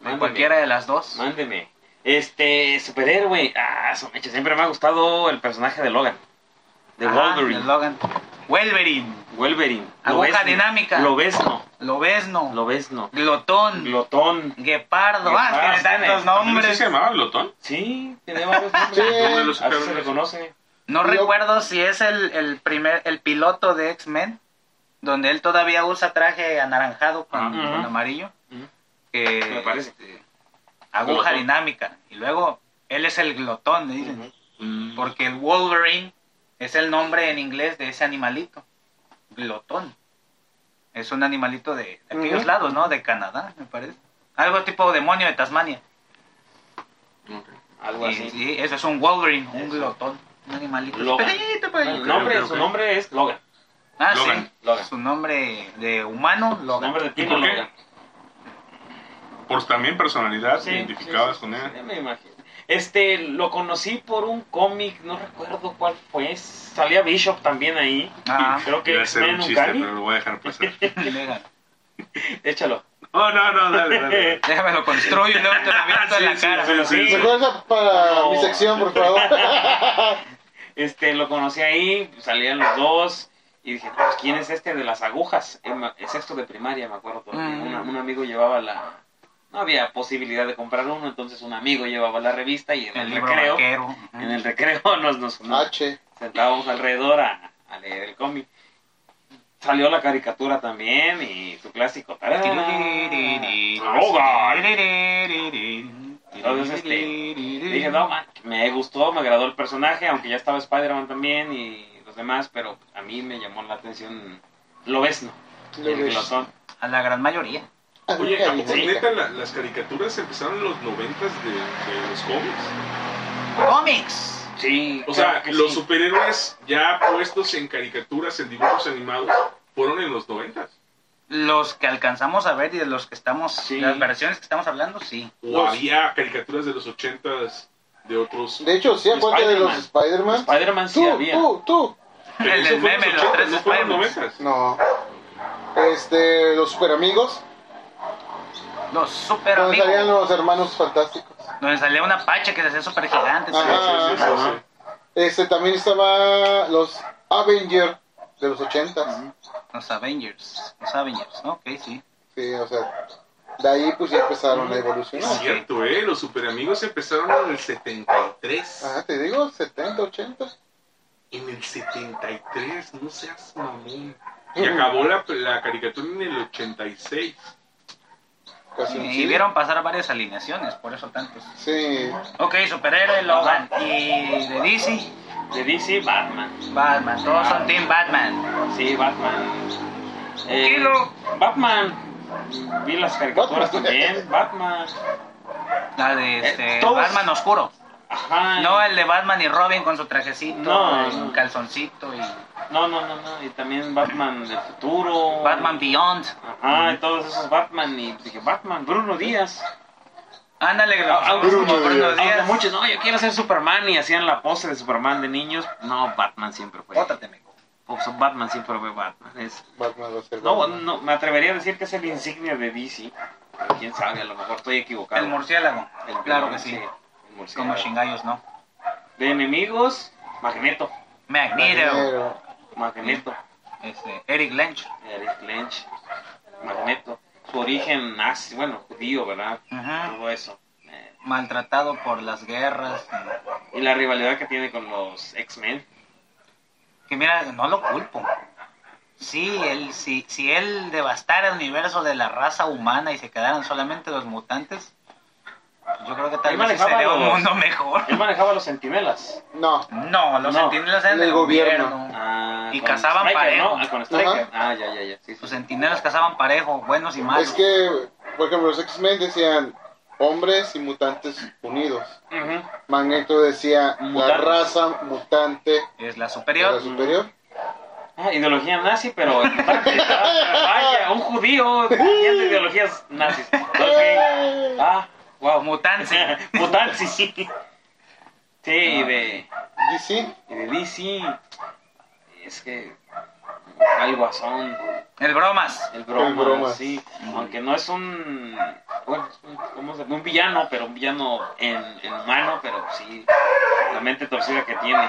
[SPEAKER 4] Mándeme.
[SPEAKER 1] cualquiera de las dos.
[SPEAKER 4] Mándeme. Este, superhéroe. Ah, su mecha, Siempre me ha gustado el personaje de Logan. De
[SPEAKER 1] Ajá,
[SPEAKER 4] Wolverine.
[SPEAKER 1] Ah, de Logan. Wolverine.
[SPEAKER 4] Wolverine.
[SPEAKER 1] Aguja
[SPEAKER 4] Lobezno,
[SPEAKER 1] dinámica.
[SPEAKER 4] Lobezno.
[SPEAKER 1] Lobesno.
[SPEAKER 4] Lobezno.
[SPEAKER 1] Glotón.
[SPEAKER 4] Glotón.
[SPEAKER 1] Guepardo. Ah, tiene
[SPEAKER 4] Guepardo,
[SPEAKER 1] tantos
[SPEAKER 4] tiene-
[SPEAKER 3] ¿También así
[SPEAKER 1] nombres.
[SPEAKER 3] se llamaba Glotón?
[SPEAKER 4] Sí, tiene varios nombres.
[SPEAKER 2] Sí.
[SPEAKER 3] ¿Dónde los
[SPEAKER 4] Así se
[SPEAKER 3] superhéroes?
[SPEAKER 4] le conoce.
[SPEAKER 1] No
[SPEAKER 2] Lo-
[SPEAKER 1] recuerdo si es el, el primer el piloto de X-Men, donde él todavía usa traje anaranjado con,
[SPEAKER 3] Ah,
[SPEAKER 1] con
[SPEAKER 4] ujú.
[SPEAKER 1] amarillo,
[SPEAKER 4] Ujú.
[SPEAKER 1] que
[SPEAKER 4] Me parece.
[SPEAKER 1] este, aguja
[SPEAKER 3] Glotón.
[SPEAKER 1] dinámica. Y luego él es el glotón, le dicen,
[SPEAKER 3] Mm.
[SPEAKER 1] porque el Wolverine es el nombre en inglés de ese animalito, glotón. Es un animalito de, de aquellos
[SPEAKER 2] Ujú.
[SPEAKER 1] lados, ¿no? De Canadá, me parece. Algo tipo demonio de Tasmania.
[SPEAKER 3] Ok.
[SPEAKER 4] Algo
[SPEAKER 1] Y,
[SPEAKER 4] así.
[SPEAKER 1] sí, eso es un Wolverine, un
[SPEAKER 4] Eso.
[SPEAKER 1] glotón, un animalito.
[SPEAKER 4] Logan.
[SPEAKER 1] pequeñito, pequeñito.
[SPEAKER 4] El
[SPEAKER 3] Ok,
[SPEAKER 4] nombre,
[SPEAKER 3] ok,
[SPEAKER 4] Su
[SPEAKER 3] ok.
[SPEAKER 4] nombre es Logan.
[SPEAKER 1] Ah,
[SPEAKER 3] Logan.
[SPEAKER 1] sí.
[SPEAKER 4] Logan.
[SPEAKER 1] Su nombre de humano,
[SPEAKER 4] Su
[SPEAKER 1] Logan.
[SPEAKER 4] nombre de tipo
[SPEAKER 3] por qué?
[SPEAKER 4] Logan.
[SPEAKER 3] Por también personalidad,
[SPEAKER 4] Sí,
[SPEAKER 3] te identificabas
[SPEAKER 4] sí,
[SPEAKER 3] con
[SPEAKER 4] sí,
[SPEAKER 3] él.
[SPEAKER 4] sí, me imagino. Este, lo conocí por un cómic, no recuerdo cuál fue. Salía Bishop también ahí.
[SPEAKER 1] Ah,
[SPEAKER 4] Creo que
[SPEAKER 3] Iba a hacer
[SPEAKER 4] X-Men
[SPEAKER 3] un chiste,
[SPEAKER 4] Uncanny.
[SPEAKER 3] pero lo voy a dejar pasar.
[SPEAKER 1] Logan.
[SPEAKER 4] Échalo.
[SPEAKER 3] Oh, no, no, dale, dale.
[SPEAKER 1] Déjame lo construyo y luego te lo aviento en la
[SPEAKER 3] Sí, sí,
[SPEAKER 1] cara.
[SPEAKER 3] sí, sí, sí.
[SPEAKER 2] Mejor esa para
[SPEAKER 4] No.
[SPEAKER 2] mi sección, por favor.
[SPEAKER 4] Este, lo conocí ahí, salían los dos. Y dije, "Pues, ¿quién es este de las agujas? En ma- en sexto de primaria, me acuerdo. porque
[SPEAKER 1] Mm.
[SPEAKER 4] una- un amigo llevaba la... No había posibilidad de comprar uno, entonces un amigo llevaba la revista y en
[SPEAKER 1] El
[SPEAKER 4] el,
[SPEAKER 1] libro
[SPEAKER 4] recreo,
[SPEAKER 1] vaquero. Ujú.
[SPEAKER 4] en el recreo nos, nos, nos
[SPEAKER 2] H.
[SPEAKER 4] sentábamos alrededor a, a leer el cómic. Salió la caricatura también y su clásico. tarán, ¡Logan! Entonces, este, Dije, no, man, me gustó, me agradó el personaje, aunque ya estaba Spider-Man también y los demás, pero a mí me llamó la atención lo ves, ¿no? El glotón.
[SPEAKER 1] A la gran mayoría.
[SPEAKER 3] Oye, ¿a poco
[SPEAKER 2] Sí.
[SPEAKER 3] neta la- las caricaturas empezaron en los noventas de, de los cómics?
[SPEAKER 1] ¡Comics!
[SPEAKER 4] Sí,
[SPEAKER 3] O sea,
[SPEAKER 4] creo que
[SPEAKER 3] los
[SPEAKER 4] sí.
[SPEAKER 3] superhéroes ya puestos en caricaturas, en dibujos animados, fueron en los noventas.
[SPEAKER 1] Los que alcanzamos a ver y de los que estamos,
[SPEAKER 4] Sí.
[SPEAKER 1] las versiones que estamos hablando, sí.
[SPEAKER 3] O
[SPEAKER 2] Los-
[SPEAKER 3] había caricaturas de los ochentas de otros.
[SPEAKER 2] De hecho, sí, acuérdate de los Spider-Man.
[SPEAKER 4] Spider-Man sí
[SPEAKER 2] Tú,
[SPEAKER 4] había.
[SPEAKER 2] tú, tú.
[SPEAKER 3] Pero
[SPEAKER 1] El
[SPEAKER 3] eso
[SPEAKER 1] del
[SPEAKER 3] fue en
[SPEAKER 1] meme, los
[SPEAKER 3] 80s,
[SPEAKER 1] tres
[SPEAKER 3] no fue en los
[SPEAKER 1] Spider-Man.
[SPEAKER 3] 90s.
[SPEAKER 2] No. Este, los super amigos.
[SPEAKER 1] Los super
[SPEAKER 2] donde
[SPEAKER 1] amigos.
[SPEAKER 2] salían los hermanos fantásticos.
[SPEAKER 1] Donde salía una pacha que se hacía super gigante. Ah,
[SPEAKER 2] Ajá.
[SPEAKER 3] Sí, sí, sí, sí,
[SPEAKER 4] Ajá.
[SPEAKER 2] Este, también estaba los Avengers de los ochentas.
[SPEAKER 1] Los Avengers. Los Avengers. Ok, sí.
[SPEAKER 2] Sí, o sea, de ahí pues ya empezaron a
[SPEAKER 3] Es
[SPEAKER 2] evolucionar.
[SPEAKER 3] cierto, ¿eh? Los superamigos empezaron en el 73.
[SPEAKER 2] Ajá, Ah, te digo, 70, 80.
[SPEAKER 3] En el 73, no seas mamón. Y acabó la, la caricatura en el 86.
[SPEAKER 2] Casi un
[SPEAKER 1] Y
[SPEAKER 2] siglo.
[SPEAKER 1] vieron pasar varias alineaciones, por eso tantos.
[SPEAKER 2] Sí,
[SPEAKER 1] Ok, superhéroe, Logan. Y de DC,
[SPEAKER 4] De DC, Batman.
[SPEAKER 1] Batman. Todos son Team Batman.
[SPEAKER 4] Sí, Batman. Eh,
[SPEAKER 1] Tranquilo.
[SPEAKER 4] Batman. Vi las caricaturas
[SPEAKER 2] Batman.
[SPEAKER 4] también. Batman.
[SPEAKER 1] La de este,
[SPEAKER 4] Eh, todos-
[SPEAKER 1] Batman Oscuro.
[SPEAKER 4] Ajá.
[SPEAKER 1] No eh. el de Batman y Robin con su trajecito,
[SPEAKER 4] No,
[SPEAKER 1] y
[SPEAKER 4] no.
[SPEAKER 1] calzoncito y
[SPEAKER 4] no, no, no, no. Y también Batman del futuro.
[SPEAKER 1] Batman Beyond.
[SPEAKER 4] Ajá, y todos esos Batman. Y dije, Batman, Bruno Díaz.
[SPEAKER 1] Ándale,
[SPEAKER 4] Ah, ah,
[SPEAKER 1] Bruno,
[SPEAKER 2] Bruno
[SPEAKER 1] Bruno
[SPEAKER 2] Díaz.
[SPEAKER 1] Díaz.
[SPEAKER 4] Aunque muchos, no, yo quiero ser Superman y hacían la pose de Superman de niños. No, Batman siempre fue.
[SPEAKER 1] Bótate, mijo.
[SPEAKER 4] Pues, Batman siempre fue Batman. Es,
[SPEAKER 2] Batman va a ser
[SPEAKER 4] no,
[SPEAKER 2] Batman.
[SPEAKER 4] no, me atrevería a decir que es el insignia de DC. pero Quién sabe, a lo mejor estoy equivocado.
[SPEAKER 1] El murciélago.
[SPEAKER 4] El-
[SPEAKER 1] claro que sí.
[SPEAKER 4] el murciélago.
[SPEAKER 1] Como chingallos, ¿no?
[SPEAKER 4] De enemigos, Magneto.
[SPEAKER 1] Magneto.
[SPEAKER 2] Pero,
[SPEAKER 4] Magneto.
[SPEAKER 1] Este, Eric Lynch.
[SPEAKER 4] Eric Lynch. Magneto. Su origen nazi, bueno, judío, ¿verdad?
[SPEAKER 1] Ajá.
[SPEAKER 4] Todo eso. Eh,
[SPEAKER 1] Maltratado por las guerras.
[SPEAKER 4] Y la rivalidad que tiene con los X-Men.
[SPEAKER 1] Que mira, no lo culpo. Sí, él, si, si él devastara el universo de la raza humana y se quedaran solamente los mutantes, pues yo creo que tal
[SPEAKER 4] Él
[SPEAKER 1] vez sí
[SPEAKER 4] manejaba
[SPEAKER 1] sería un
[SPEAKER 4] los-
[SPEAKER 1] mundo mejor.
[SPEAKER 4] Él manejaba los sentinelas.
[SPEAKER 2] no,
[SPEAKER 1] No, los
[SPEAKER 4] No,
[SPEAKER 1] sentinelas eran
[SPEAKER 2] del
[SPEAKER 1] del gobierno.
[SPEAKER 2] gobierno.
[SPEAKER 4] Ah,
[SPEAKER 1] Y
[SPEAKER 4] con
[SPEAKER 1] cazaban
[SPEAKER 4] Striker,
[SPEAKER 1] parejo.
[SPEAKER 4] ¿no? Ah, con Striker.
[SPEAKER 2] Ajá.
[SPEAKER 4] Ah, ya, ya, ya. Sí, sí.
[SPEAKER 1] Los sentinelas cazaban parejo, buenos y malos.
[SPEAKER 2] es que, por ejemplo, los X-Men decían hombres y mutantes unidos.
[SPEAKER 4] Ujú.
[SPEAKER 2] Magneto decía la
[SPEAKER 4] Mutantes.
[SPEAKER 2] raza mutante
[SPEAKER 1] Es la
[SPEAKER 2] de la
[SPEAKER 1] superior.
[SPEAKER 2] superior.
[SPEAKER 4] Ah, ideología nazi, pero aparte, ah, vaya, un judío tenían ideologías nazis. Ok. Ah, wow.
[SPEAKER 1] Mutansi.
[SPEAKER 4] Mutansi, sí. Sí,
[SPEAKER 1] Ah.
[SPEAKER 4] y de,
[SPEAKER 2] Y sí,
[SPEAKER 4] y de DC. Es que Hay Guasón,
[SPEAKER 1] El bromas.
[SPEAKER 4] el broma,
[SPEAKER 2] El Bromas.
[SPEAKER 4] sí. Aunque no es un, bueno, es un- ¿cómo se- un villano, pero un villano en, en humano, pero sí, la mente torcida que tiene.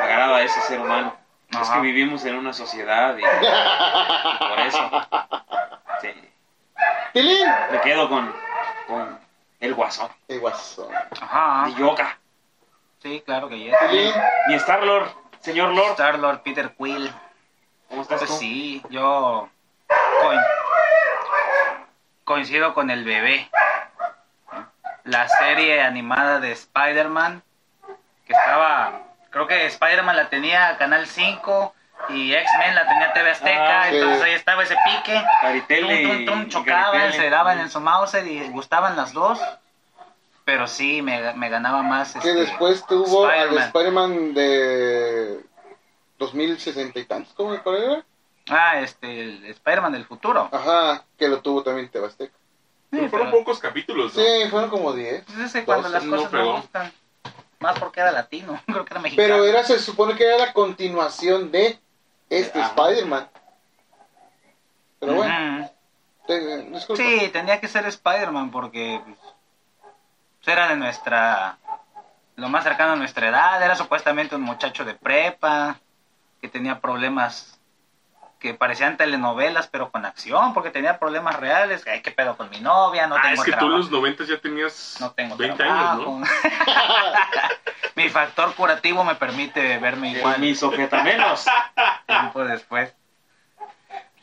[SPEAKER 4] Me agrada ese ser humano. Es
[SPEAKER 1] Ajá.
[SPEAKER 4] que vivimos en una sociedad y por eso. Sí.
[SPEAKER 2] ¡Tilín!
[SPEAKER 4] Me quedo con, con el guasón.
[SPEAKER 2] El guasón.
[SPEAKER 1] Ajá.
[SPEAKER 4] Ni Yoga.
[SPEAKER 1] Sí, claro que yes.
[SPEAKER 2] Tilín.
[SPEAKER 4] Ni Star Lord. Señor Lord.
[SPEAKER 1] Star Lord Peter Quill.
[SPEAKER 4] ¿Cómo estás
[SPEAKER 1] Pues
[SPEAKER 4] tú?
[SPEAKER 1] sí, yo coin- coincido con el bebé. La serie animada de Spider-Man, que estaba, creo que Spider-Man la tenía Canal 5 y X-Men la tenía TV Azteca,
[SPEAKER 4] Ah,
[SPEAKER 2] sí.
[SPEAKER 1] entonces ahí estaba ese pique.
[SPEAKER 4] Caritele
[SPEAKER 1] Tum, tum,
[SPEAKER 4] y-
[SPEAKER 1] tum,
[SPEAKER 4] y
[SPEAKER 1] chocaban,
[SPEAKER 4] Caritele.
[SPEAKER 1] se daban en su mouse y gustaban las dos. Pero sí, me, me ganaba más.
[SPEAKER 2] Que
[SPEAKER 1] este,
[SPEAKER 2] después tuvo al
[SPEAKER 1] Spider-Man.
[SPEAKER 2] Spider-Man de 2060 y tantos, ¿cómo me parece?
[SPEAKER 1] Ah, este, el Spider-Man del futuro.
[SPEAKER 2] Ajá, que lo tuvo también Tebasteca.
[SPEAKER 3] Pero
[SPEAKER 1] Sí,
[SPEAKER 3] fueron
[SPEAKER 1] pero-
[SPEAKER 3] pocos capítulos, ¿no?
[SPEAKER 2] Sí, fueron como 10.
[SPEAKER 1] Pues ese cuando las
[SPEAKER 2] Entonces,
[SPEAKER 3] no
[SPEAKER 1] cosas no,
[SPEAKER 3] pegó.
[SPEAKER 1] gustan. Más porque era latino, creo que era mexicano.
[SPEAKER 2] Pero eh, era, se supone que era la continuación de este
[SPEAKER 1] Ah.
[SPEAKER 4] Ajá.
[SPEAKER 2] Spider-Man. Pero bueno,
[SPEAKER 1] Ujú.
[SPEAKER 2] te- disculpa.
[SPEAKER 1] Sí, tenía que ser Spider-Man porque pues, era de nuestra. Lo más cercano a nuestra edad. Era supuestamente un muchacho de prepa que tenía problemas que parecían telenovelas, pero con acción, porque tenía problemas reales. Ay, ¿Qué pedo con mi novia? No
[SPEAKER 3] ah,
[SPEAKER 1] tengo
[SPEAKER 3] es que tú
[SPEAKER 1] trabajo.
[SPEAKER 3] en los 90 ya tenías
[SPEAKER 1] No tengo
[SPEAKER 3] 20 años,
[SPEAKER 1] trabajo.
[SPEAKER 3] ¿no?
[SPEAKER 1] mi factor curativo me permite verme
[SPEAKER 4] Igual
[SPEAKER 1] igual.
[SPEAKER 4] mis sujetamelos.
[SPEAKER 1] tiempo después.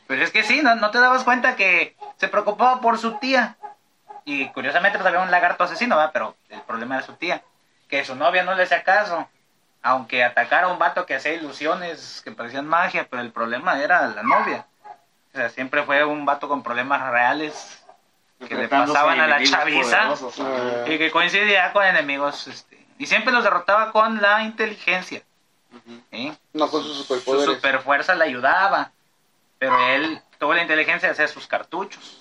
[SPEAKER 1] Pero es que sí, no, no te dabas cuenta que se preocupaba por su tía. Y curiosamente pues, había un lagarto asesino, ¿verdad? pero el problema era su tía. Que su novia no le hacía caso. Aunque atacara a un vato que hacía ilusiones que parecían magia, pero el problema era la novia. O sea, siempre fue un vato con problemas reales Que le pasaban a la chaviza.
[SPEAKER 2] Ah,
[SPEAKER 1] y que coincidía con enemigos. Este, y siempre los derrotaba con la inteligencia. ¿sí?
[SPEAKER 2] no con sus
[SPEAKER 1] su
[SPEAKER 2] superpoderes.
[SPEAKER 1] super fuerza le ayudaba, pero él tuvo la inteligencia de hacer sus cartuchos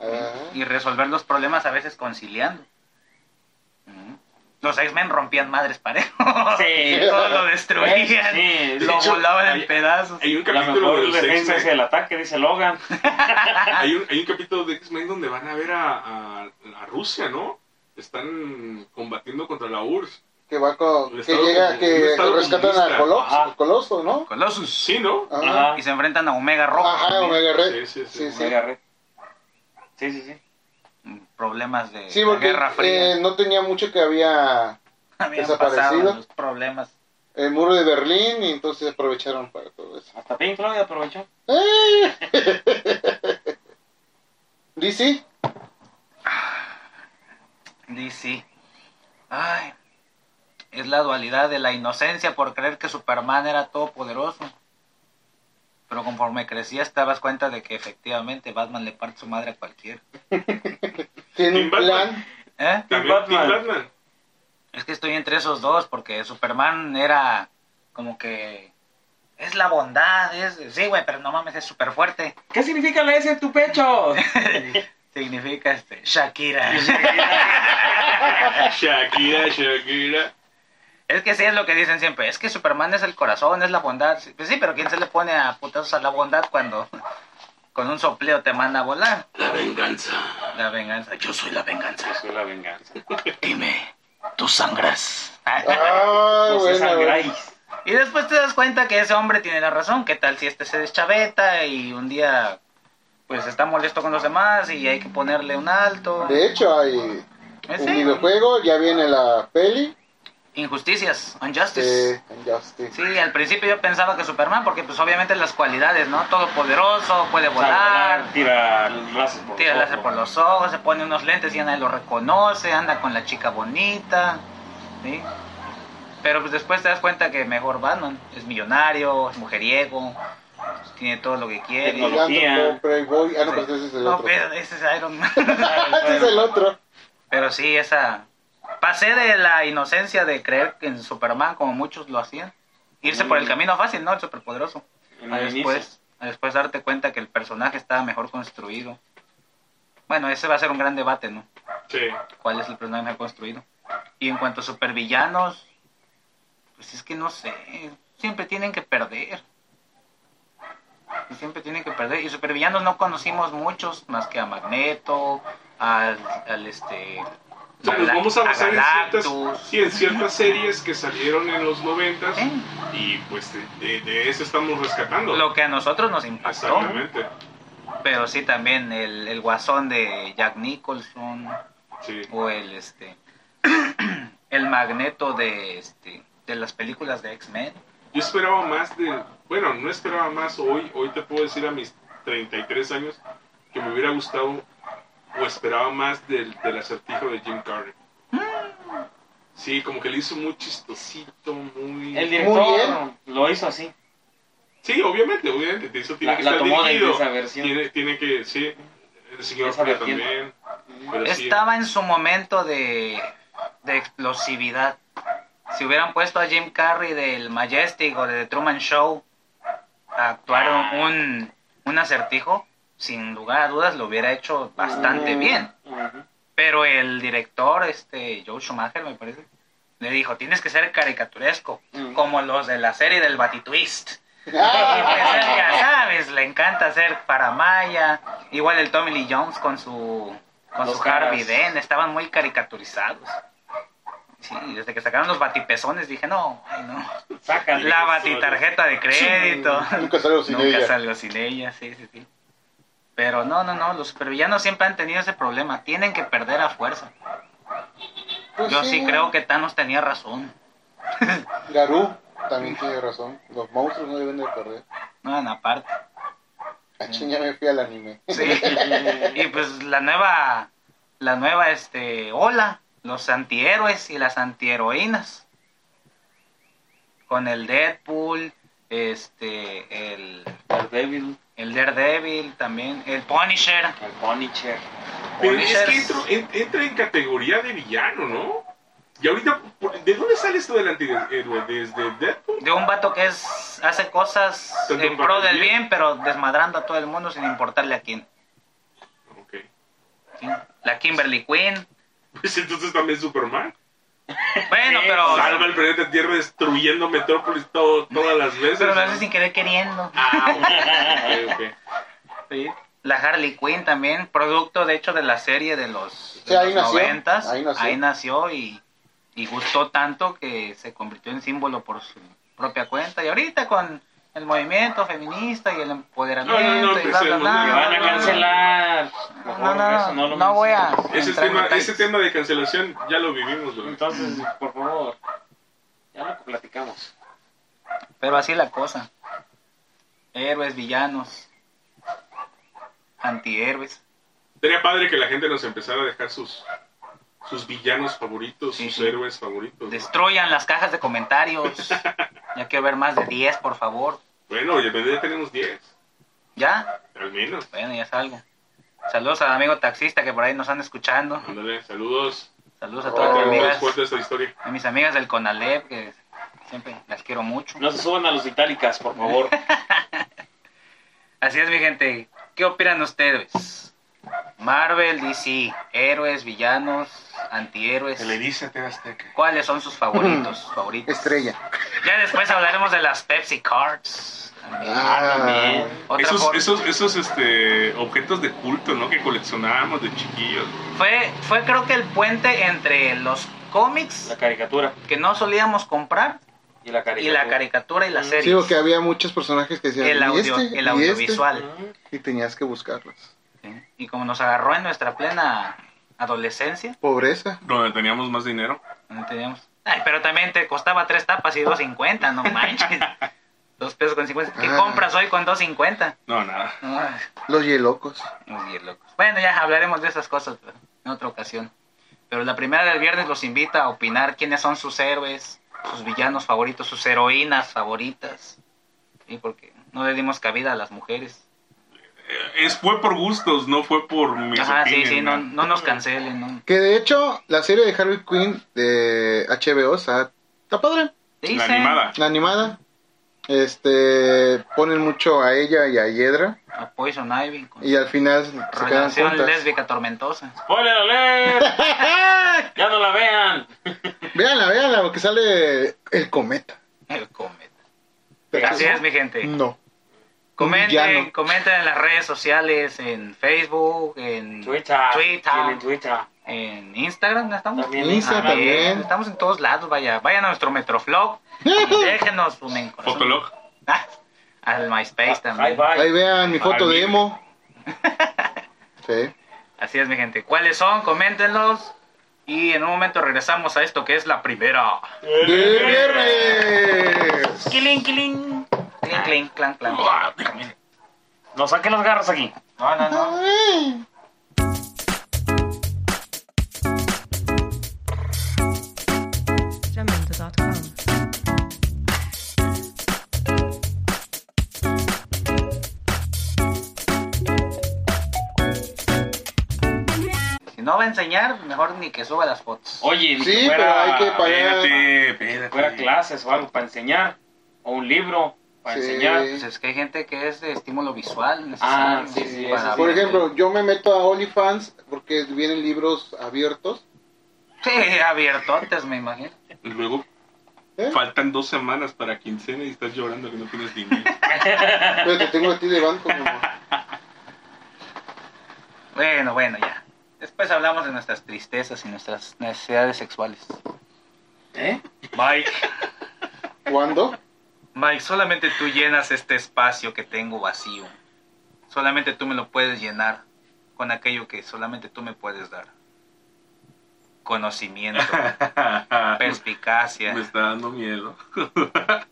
[SPEAKER 2] Ah.
[SPEAKER 1] y resolver los problemas a veces conciliando. Ujú. Los X-Men rompían madres parejos.
[SPEAKER 4] Sí.
[SPEAKER 1] Todo lo destruían.
[SPEAKER 4] Sí,
[SPEAKER 1] Lo
[SPEAKER 3] de hecho,
[SPEAKER 1] volaban
[SPEAKER 3] hay-
[SPEAKER 1] en pedazos.
[SPEAKER 3] Hay un
[SPEAKER 4] La
[SPEAKER 3] capítulo de
[SPEAKER 4] mejor
[SPEAKER 3] los
[SPEAKER 4] defensa es
[SPEAKER 3] X-Men.
[SPEAKER 4] el ataque, dice Logan.
[SPEAKER 3] Hay un, hay un capítulo de X-Men donde van a ver a, a, a Rusia, ¿no? Están combatiendo contra la URSS.
[SPEAKER 2] que va con
[SPEAKER 3] Un
[SPEAKER 2] que
[SPEAKER 3] estado
[SPEAKER 2] llega
[SPEAKER 3] comu-
[SPEAKER 2] que,
[SPEAKER 3] un
[SPEAKER 2] que
[SPEAKER 3] estado
[SPEAKER 2] rescatan
[SPEAKER 3] comunista.
[SPEAKER 2] al coloso,
[SPEAKER 4] Ajá.
[SPEAKER 2] el coloso no
[SPEAKER 1] Colossus.
[SPEAKER 3] Sí, ¿no?
[SPEAKER 2] ajá
[SPEAKER 4] Ajá.
[SPEAKER 1] Y se enfrentan a Omega Rock.
[SPEAKER 2] ajá Omega Red
[SPEAKER 3] Sí, sí, sí.
[SPEAKER 2] sí sí
[SPEAKER 4] Omega Red. Sí, sí, sí.
[SPEAKER 1] Problemas de
[SPEAKER 2] sí porque
[SPEAKER 1] Guerra Fría.
[SPEAKER 2] eh, no tenía mucho que había
[SPEAKER 1] Habían
[SPEAKER 2] desaparecido.
[SPEAKER 1] pasado los problemas.
[SPEAKER 2] el muro de Berlín y entonces aprovecharon para todo eso
[SPEAKER 4] Hasta Pink Floyd aprovechó.
[SPEAKER 2] ¡Eh! DC
[SPEAKER 1] DC. Ay. Es la dualidad de la inocencia por creer que Superman era todopoderoso. Pero conforme crecías te dabas cuenta de que efectivamente Batman le parte su madre a cualquiera.
[SPEAKER 2] tiene
[SPEAKER 3] Tim
[SPEAKER 2] un
[SPEAKER 3] Batman.
[SPEAKER 2] plan
[SPEAKER 1] ¿Eh?
[SPEAKER 3] También
[SPEAKER 4] Batman.
[SPEAKER 3] Tim Batman.
[SPEAKER 1] Es que estoy entre esos dos porque Superman era como que... Es la bondad, es... Sí, güey, pero no mames, es súper fuerte.
[SPEAKER 4] ¿Qué significa la S en tu pecho?
[SPEAKER 1] Significa este... Shakira. Eh.
[SPEAKER 3] Shakira, Shakira.
[SPEAKER 1] Es que sí es lo que dicen siempre, es que Superman es el corazón, es la bondad. Sí, Pues sí, pero ¿quién se le pone a putazos a la bondad cuando con un sopleo te manda a volar?
[SPEAKER 3] La venganza.
[SPEAKER 1] La venganza, yo soy la venganza.
[SPEAKER 4] Eso es la venganza.
[SPEAKER 1] Dime, tú sangras.
[SPEAKER 2] ah
[SPEAKER 4] Entonces,
[SPEAKER 2] bueno
[SPEAKER 4] sangráis.
[SPEAKER 1] Y después te das cuenta que ese hombre tiene la razón, ¿qué tal si este se deschaveta y un día pues está molesto con los demás y hay que ponerle un alto?
[SPEAKER 2] de hecho hay
[SPEAKER 1] Eh,
[SPEAKER 2] un
[SPEAKER 1] sí,
[SPEAKER 2] videojuego ya viene la peli eh,
[SPEAKER 1] Injusticias, injustice.
[SPEAKER 2] de Injustice
[SPEAKER 1] Sí, al principio yo pensaba que Superman, porque pues obviamente las cualidades, ¿no? Todopoderoso, puede
[SPEAKER 4] O sea,
[SPEAKER 1] volar,
[SPEAKER 4] Tira láser por
[SPEAKER 1] Tira
[SPEAKER 4] los
[SPEAKER 1] láser
[SPEAKER 4] ojos.
[SPEAKER 1] por los ojos, se pone unos lentes y ya nadie lo reconoce, anda con la chica bonita, ¿sí? Pero pues después te das cuenta que mejor Batman es millonario, es mujeriego, tiene todo lo que quiere.
[SPEAKER 4] Tecnología.
[SPEAKER 2] Migrando, Playboy ah no pero ese es el
[SPEAKER 1] No,
[SPEAKER 2] otro
[SPEAKER 1] pero ese es Iron Man.
[SPEAKER 2] ese es el otro
[SPEAKER 1] Pero sí, esa... Pasé de la inocencia de creer en Superman como muchos lo hacían. Irse
[SPEAKER 2] Mm.
[SPEAKER 1] por el camino fácil, ¿no? El superpoderoso.
[SPEAKER 4] En
[SPEAKER 1] A
[SPEAKER 4] el
[SPEAKER 1] Ah, después, a después darte cuenta que el personaje estaba mejor construido. Bueno, ese va a ser un gran debate, ¿no?
[SPEAKER 3] Sí.
[SPEAKER 1] cuál es el personaje mejor construido. Y en cuanto a supervillanos, pues es que no sé, siempre tienen que perder. Y siempre tiene que perder. Y supervillanos no conocimos muchos, más que a Magneto, al, al este.
[SPEAKER 3] O sea, nos
[SPEAKER 1] Galac-
[SPEAKER 3] vamos a basar en
[SPEAKER 1] Galactus.
[SPEAKER 3] ciertas, sí, en ciertas series que salieron en los noventas
[SPEAKER 1] Sí,
[SPEAKER 3] y pues de, de- de eso estamos rescatando.
[SPEAKER 1] Eh. Lo que a nosotros nos impactó.
[SPEAKER 3] Exactamente.
[SPEAKER 1] Pero sí también el, el guasón de Jack Nicholson.
[SPEAKER 3] Sí.
[SPEAKER 1] O el este. El magneto de este. De las películas de X-Men.
[SPEAKER 3] Yo esperaba más de... Bueno, no esperaba más hoy. Hoy te puedo decir a mis 33 años que me hubiera gustado o esperaba más del, del acertijo de Jim Carrey.
[SPEAKER 4] Mm.
[SPEAKER 3] Sí, como que le hizo muy chistosito, muy...
[SPEAKER 4] El
[SPEAKER 2] Muy
[SPEAKER 4] director
[SPEAKER 2] bien.
[SPEAKER 4] lo hizo así.
[SPEAKER 3] Sí, obviamente, obviamente. de Eso tiene
[SPEAKER 4] La,
[SPEAKER 3] que
[SPEAKER 4] la
[SPEAKER 3] estar
[SPEAKER 4] tomó de de
[SPEAKER 3] dirigido.
[SPEAKER 4] esa versión.
[SPEAKER 3] Tiene, tiene que, sí. El señor
[SPEAKER 4] Esa
[SPEAKER 3] Fred
[SPEAKER 4] vertiente. Mm.
[SPEAKER 3] también. Pero sí,
[SPEAKER 1] Estaba en su momento de, de explosividad. Si hubieran puesto a Jim Carrey del Majestic o de The Truman Show a actuar un, un acertijo, sin lugar a dudas lo hubiera hecho bastante
[SPEAKER 2] Ah.
[SPEAKER 4] Mm,
[SPEAKER 1] bien.
[SPEAKER 4] ujú.
[SPEAKER 1] Pero el director, este Joe Schumacher, me parece, le dijo, tienes que ser caricaturesco,
[SPEAKER 4] Mm.
[SPEAKER 1] como los de la serie del Batitwist. Y pues
[SPEAKER 2] Ah,
[SPEAKER 1] él, ya sabes, le encanta hacer paramaya. Igual el Tommy Lee Jones con su con
[SPEAKER 4] Los
[SPEAKER 1] su Harvey
[SPEAKER 4] caras.
[SPEAKER 1] Dent, estaban muy caricaturizados. Sí, desde que sacaron los batipezones dije, no, ay, no.
[SPEAKER 4] Sácale.
[SPEAKER 1] La batitarjeta de crédito.
[SPEAKER 2] Nunca salgo sin
[SPEAKER 1] Nunca
[SPEAKER 2] ella.
[SPEAKER 1] salgo sin ella, sí, sí, sí. Pero no, no, no, los supervillanos siempre han tenido ese problema. Tienen que perder a fuerza.
[SPEAKER 2] Pues
[SPEAKER 1] Yo sí creo que Thanos tenía razón.
[SPEAKER 2] Garú también tiene razón. Los monstruos no deben de perder.
[SPEAKER 1] No, en aparte. Mm.
[SPEAKER 2] A ya me fui al anime.
[SPEAKER 1] Sí. y pues la nueva, la nueva, este, ola, los antihéroes y las antiheroínas. Con el Deadpool, este, el,
[SPEAKER 4] Daredevil,
[SPEAKER 1] el Daredevil también, el Punisher.
[SPEAKER 4] el Punisher.
[SPEAKER 3] Pero es
[SPEAKER 1] Punisher
[SPEAKER 3] que entro- en- entra en categoría de villano, ¿no? Y ahorita, por- ¿de dónde sale esto del antihéroe? ¿Desde Deadpool?
[SPEAKER 1] de un vato que es, hace cosas
[SPEAKER 3] Tanto
[SPEAKER 1] en
[SPEAKER 3] para
[SPEAKER 1] pro
[SPEAKER 3] el
[SPEAKER 1] del
[SPEAKER 3] bien.
[SPEAKER 1] bien, pero desmadrando a todo el mundo sin importarle a quién.
[SPEAKER 3] Ok.
[SPEAKER 1] ¿sí? La Kimberly Quinn.
[SPEAKER 3] Pues entonces también Superman.
[SPEAKER 1] Bueno,
[SPEAKER 4] Sí,
[SPEAKER 1] pero,
[SPEAKER 3] Salva el planeta Tierra destruyendo Metrópolis todo- todas las veces.
[SPEAKER 1] pero lo hace sin querer queriendo.
[SPEAKER 3] Ah, ok, ok, ok.
[SPEAKER 1] Sí. La Harley Quinn también, producto de hecho de la serie de los,
[SPEAKER 2] Sí,
[SPEAKER 1] de
[SPEAKER 2] ahí
[SPEAKER 1] los
[SPEAKER 2] nació,
[SPEAKER 1] noventas.
[SPEAKER 2] ahí nació.
[SPEAKER 1] nació y, y gustó tanto que se convirtió en símbolo por su propia cuenta. Y ahorita con el movimiento feminista y el empoderamiento
[SPEAKER 3] No, pues no,
[SPEAKER 1] y bla, bla,
[SPEAKER 3] no, empecemos,
[SPEAKER 1] bla, bla,
[SPEAKER 3] no,
[SPEAKER 4] Me van a
[SPEAKER 1] bla, bla.
[SPEAKER 4] cancelar. Mejor
[SPEAKER 1] No, no,
[SPEAKER 4] eso
[SPEAKER 1] no,
[SPEAKER 4] lo
[SPEAKER 1] no voy a...
[SPEAKER 4] menciono.
[SPEAKER 3] Ese
[SPEAKER 1] entrar en
[SPEAKER 3] tema,
[SPEAKER 1] detalles.
[SPEAKER 3] ese tema de cancelación ya lo vivimos, güey.
[SPEAKER 4] Entonces, por favor, ya lo platicamos.
[SPEAKER 1] Pero así la cosa. Héroes, villanos, antihéroes.
[SPEAKER 3] Sería padre que la gente nos empezara a dejar sus sus villanos favoritos,
[SPEAKER 1] Sí,
[SPEAKER 3] sus
[SPEAKER 1] sí.
[SPEAKER 3] héroes favoritos. ¿no?
[SPEAKER 1] Destruyan las cajas de comentarios. Ya quiero ver más de 10, por favor.
[SPEAKER 3] Bueno, ya ya tenemos 10,
[SPEAKER 1] ¿Ya?
[SPEAKER 3] al menos.
[SPEAKER 1] Bueno, ya salgo. Saludos al amigo taxista que por ahí nos están escuchando.
[SPEAKER 3] Ándale, saludos.
[SPEAKER 1] Saludos a
[SPEAKER 2] Oh.
[SPEAKER 1] todas mis
[SPEAKER 3] Otra
[SPEAKER 1] amigas,
[SPEAKER 3] fuerte esta historia.
[SPEAKER 1] a mis amigas del Conalep, que siempre las quiero mucho.
[SPEAKER 4] No se suban a los itálicas, por favor.
[SPEAKER 1] Así es, mi gente. ¿Qué opinan ustedes? Marvel, DC, héroes, villanos, antihéroes.
[SPEAKER 3] Televisa, TV Azteca.
[SPEAKER 1] ¿Cuáles son sus favoritos? favoritos?
[SPEAKER 2] Estrella.
[SPEAKER 1] Ya después hablaremos de las Pepsi Cards. también.
[SPEAKER 2] Ah,
[SPEAKER 4] también.
[SPEAKER 1] Otra
[SPEAKER 3] Esos,
[SPEAKER 1] forma-
[SPEAKER 3] esos, esos este, objetos de culto, ¿no? Que coleccionábamos de chiquillos.
[SPEAKER 1] Fue, fue creo que el puente entre los cómics
[SPEAKER 4] La caricatura
[SPEAKER 1] que no solíamos comprar
[SPEAKER 4] y la
[SPEAKER 1] y
[SPEAKER 4] caricatura.
[SPEAKER 1] la caricatura y la serie.
[SPEAKER 2] Digo que había muchos personajes que decían
[SPEAKER 1] el,
[SPEAKER 2] "¿Y
[SPEAKER 1] audio,
[SPEAKER 2] este?
[SPEAKER 1] el
[SPEAKER 2] ¿Y
[SPEAKER 1] audiovisual.
[SPEAKER 4] Ujú.
[SPEAKER 2] este?" Y tenías que buscarlos.
[SPEAKER 1] ¿sí? Y como nos agarró en nuestra plena adolescencia,
[SPEAKER 2] Pobreza.
[SPEAKER 3] Donde teníamos más dinero.
[SPEAKER 1] donde teníamos- Ay, pero también te costaba tres tapas y dos cincuenta, no manches. dos pesos con cincuenta. ¿Qué
[SPEAKER 2] Ah.
[SPEAKER 1] compras hoy con dos cincuenta?
[SPEAKER 3] No, nada.
[SPEAKER 1] Ay,
[SPEAKER 2] Los hielocos.
[SPEAKER 1] muy bien, locos. Bueno, ya hablaremos de esas cosas pero en otra ocasión. Pero la primera del viernes los invita a opinar quiénes son sus héroes, sus villanos favoritos, sus heroínas favoritas. ¿sí? Porque no le dimos cabida a las mujeres.
[SPEAKER 3] Eh, Es, fue por gustos, no fue por mis
[SPEAKER 1] Ajá, sí,
[SPEAKER 3] opinions,
[SPEAKER 1] sí, no,
[SPEAKER 3] ¿no?
[SPEAKER 1] no nos cancelen. no.
[SPEAKER 2] Que de hecho, la serie de Harley Quinn de HBO está, está padre.
[SPEAKER 1] Dicen-
[SPEAKER 3] animada.
[SPEAKER 2] La animada. Este. Ponen mucho a ella y a Hiedra.
[SPEAKER 1] a Poison Ivy con
[SPEAKER 2] Y al final se quedan
[SPEAKER 1] relación
[SPEAKER 2] juntas.
[SPEAKER 1] lésbica tormentosa.
[SPEAKER 4] ¡Spoiler alert! ¡Ya no la vean!
[SPEAKER 2] ¡Ah! Véanla, véanla, porque sale el cometa.
[SPEAKER 1] El cometa.
[SPEAKER 2] Pero
[SPEAKER 1] Así
[SPEAKER 2] no, Mm,
[SPEAKER 1] es, mi gente.
[SPEAKER 2] No.
[SPEAKER 1] Comenten,
[SPEAKER 2] villano.
[SPEAKER 1] comenten en las redes sociales, en Facebook, en
[SPEAKER 4] Twitter.
[SPEAKER 1] Twitter,
[SPEAKER 4] Tienen Twitter.
[SPEAKER 1] en Instagram, ¿no estamos?
[SPEAKER 4] También.
[SPEAKER 2] En Instagram
[SPEAKER 1] También,
[SPEAKER 2] también.
[SPEAKER 1] Estamos en todos lados, vaya. Vayan a nuestro Metroflog y déjenos su men- corazón.
[SPEAKER 3] Fotolog.
[SPEAKER 1] Ah, Al MySpace
[SPEAKER 4] Ah, Ahí
[SPEAKER 1] también.
[SPEAKER 4] va.
[SPEAKER 2] Ahí vean mi foto
[SPEAKER 3] Ay,
[SPEAKER 2] de emo. Sí.
[SPEAKER 1] Así es, mi gente. ¿Cuáles son? Coméntenlos. Y en un momento regresamos a esto que es la primera.
[SPEAKER 2] ¡De viernes!
[SPEAKER 1] Killing, killing. Cling, cling, clan, clan.
[SPEAKER 4] No saquen las garras aquí.
[SPEAKER 1] No, no, no.
[SPEAKER 5] Jamendo.com.
[SPEAKER 1] Si no va a enseñar, mejor ni que suba las fotos.
[SPEAKER 4] Oye, ni
[SPEAKER 2] Sí,
[SPEAKER 4] que
[SPEAKER 2] pero hay que
[SPEAKER 4] Eh,
[SPEAKER 2] pagar.
[SPEAKER 3] Espérate,
[SPEAKER 4] que fuera
[SPEAKER 3] espérate.
[SPEAKER 4] clases o algo para enseñar. O un libro para
[SPEAKER 2] Sí.
[SPEAKER 4] enseñar.
[SPEAKER 1] Pues es que hay gente que es de estímulo visual
[SPEAKER 4] Ah,
[SPEAKER 1] necesario
[SPEAKER 4] sí, sí,
[SPEAKER 1] para-
[SPEAKER 4] eso
[SPEAKER 2] Por ejemplo, yo me meto a OnlyFans porque vienen libros abiertos.
[SPEAKER 1] Sí, abierto antes, me imagino.
[SPEAKER 3] Y luego
[SPEAKER 2] ¿Eh?
[SPEAKER 3] faltan dos semanas para quincena y estás llorando que no tienes dinero.
[SPEAKER 2] Pero Pues, te tengo a ti de banco, mi amor.
[SPEAKER 1] Bueno, bueno, ya. Después hablamos de nuestras tristezas y nuestras necesidades sexuales.
[SPEAKER 4] ¿Eh?
[SPEAKER 1] Mike,
[SPEAKER 2] ¿Cuándo?
[SPEAKER 1] Mike, solamente tú llenas este espacio que tengo vacío. Solamente tú me lo puedes llenar con aquello que solamente tú me puedes dar. Conocimiento,
[SPEAKER 3] Me
[SPEAKER 4] Pues
[SPEAKER 1] perspicacia,
[SPEAKER 3] está dando miedo.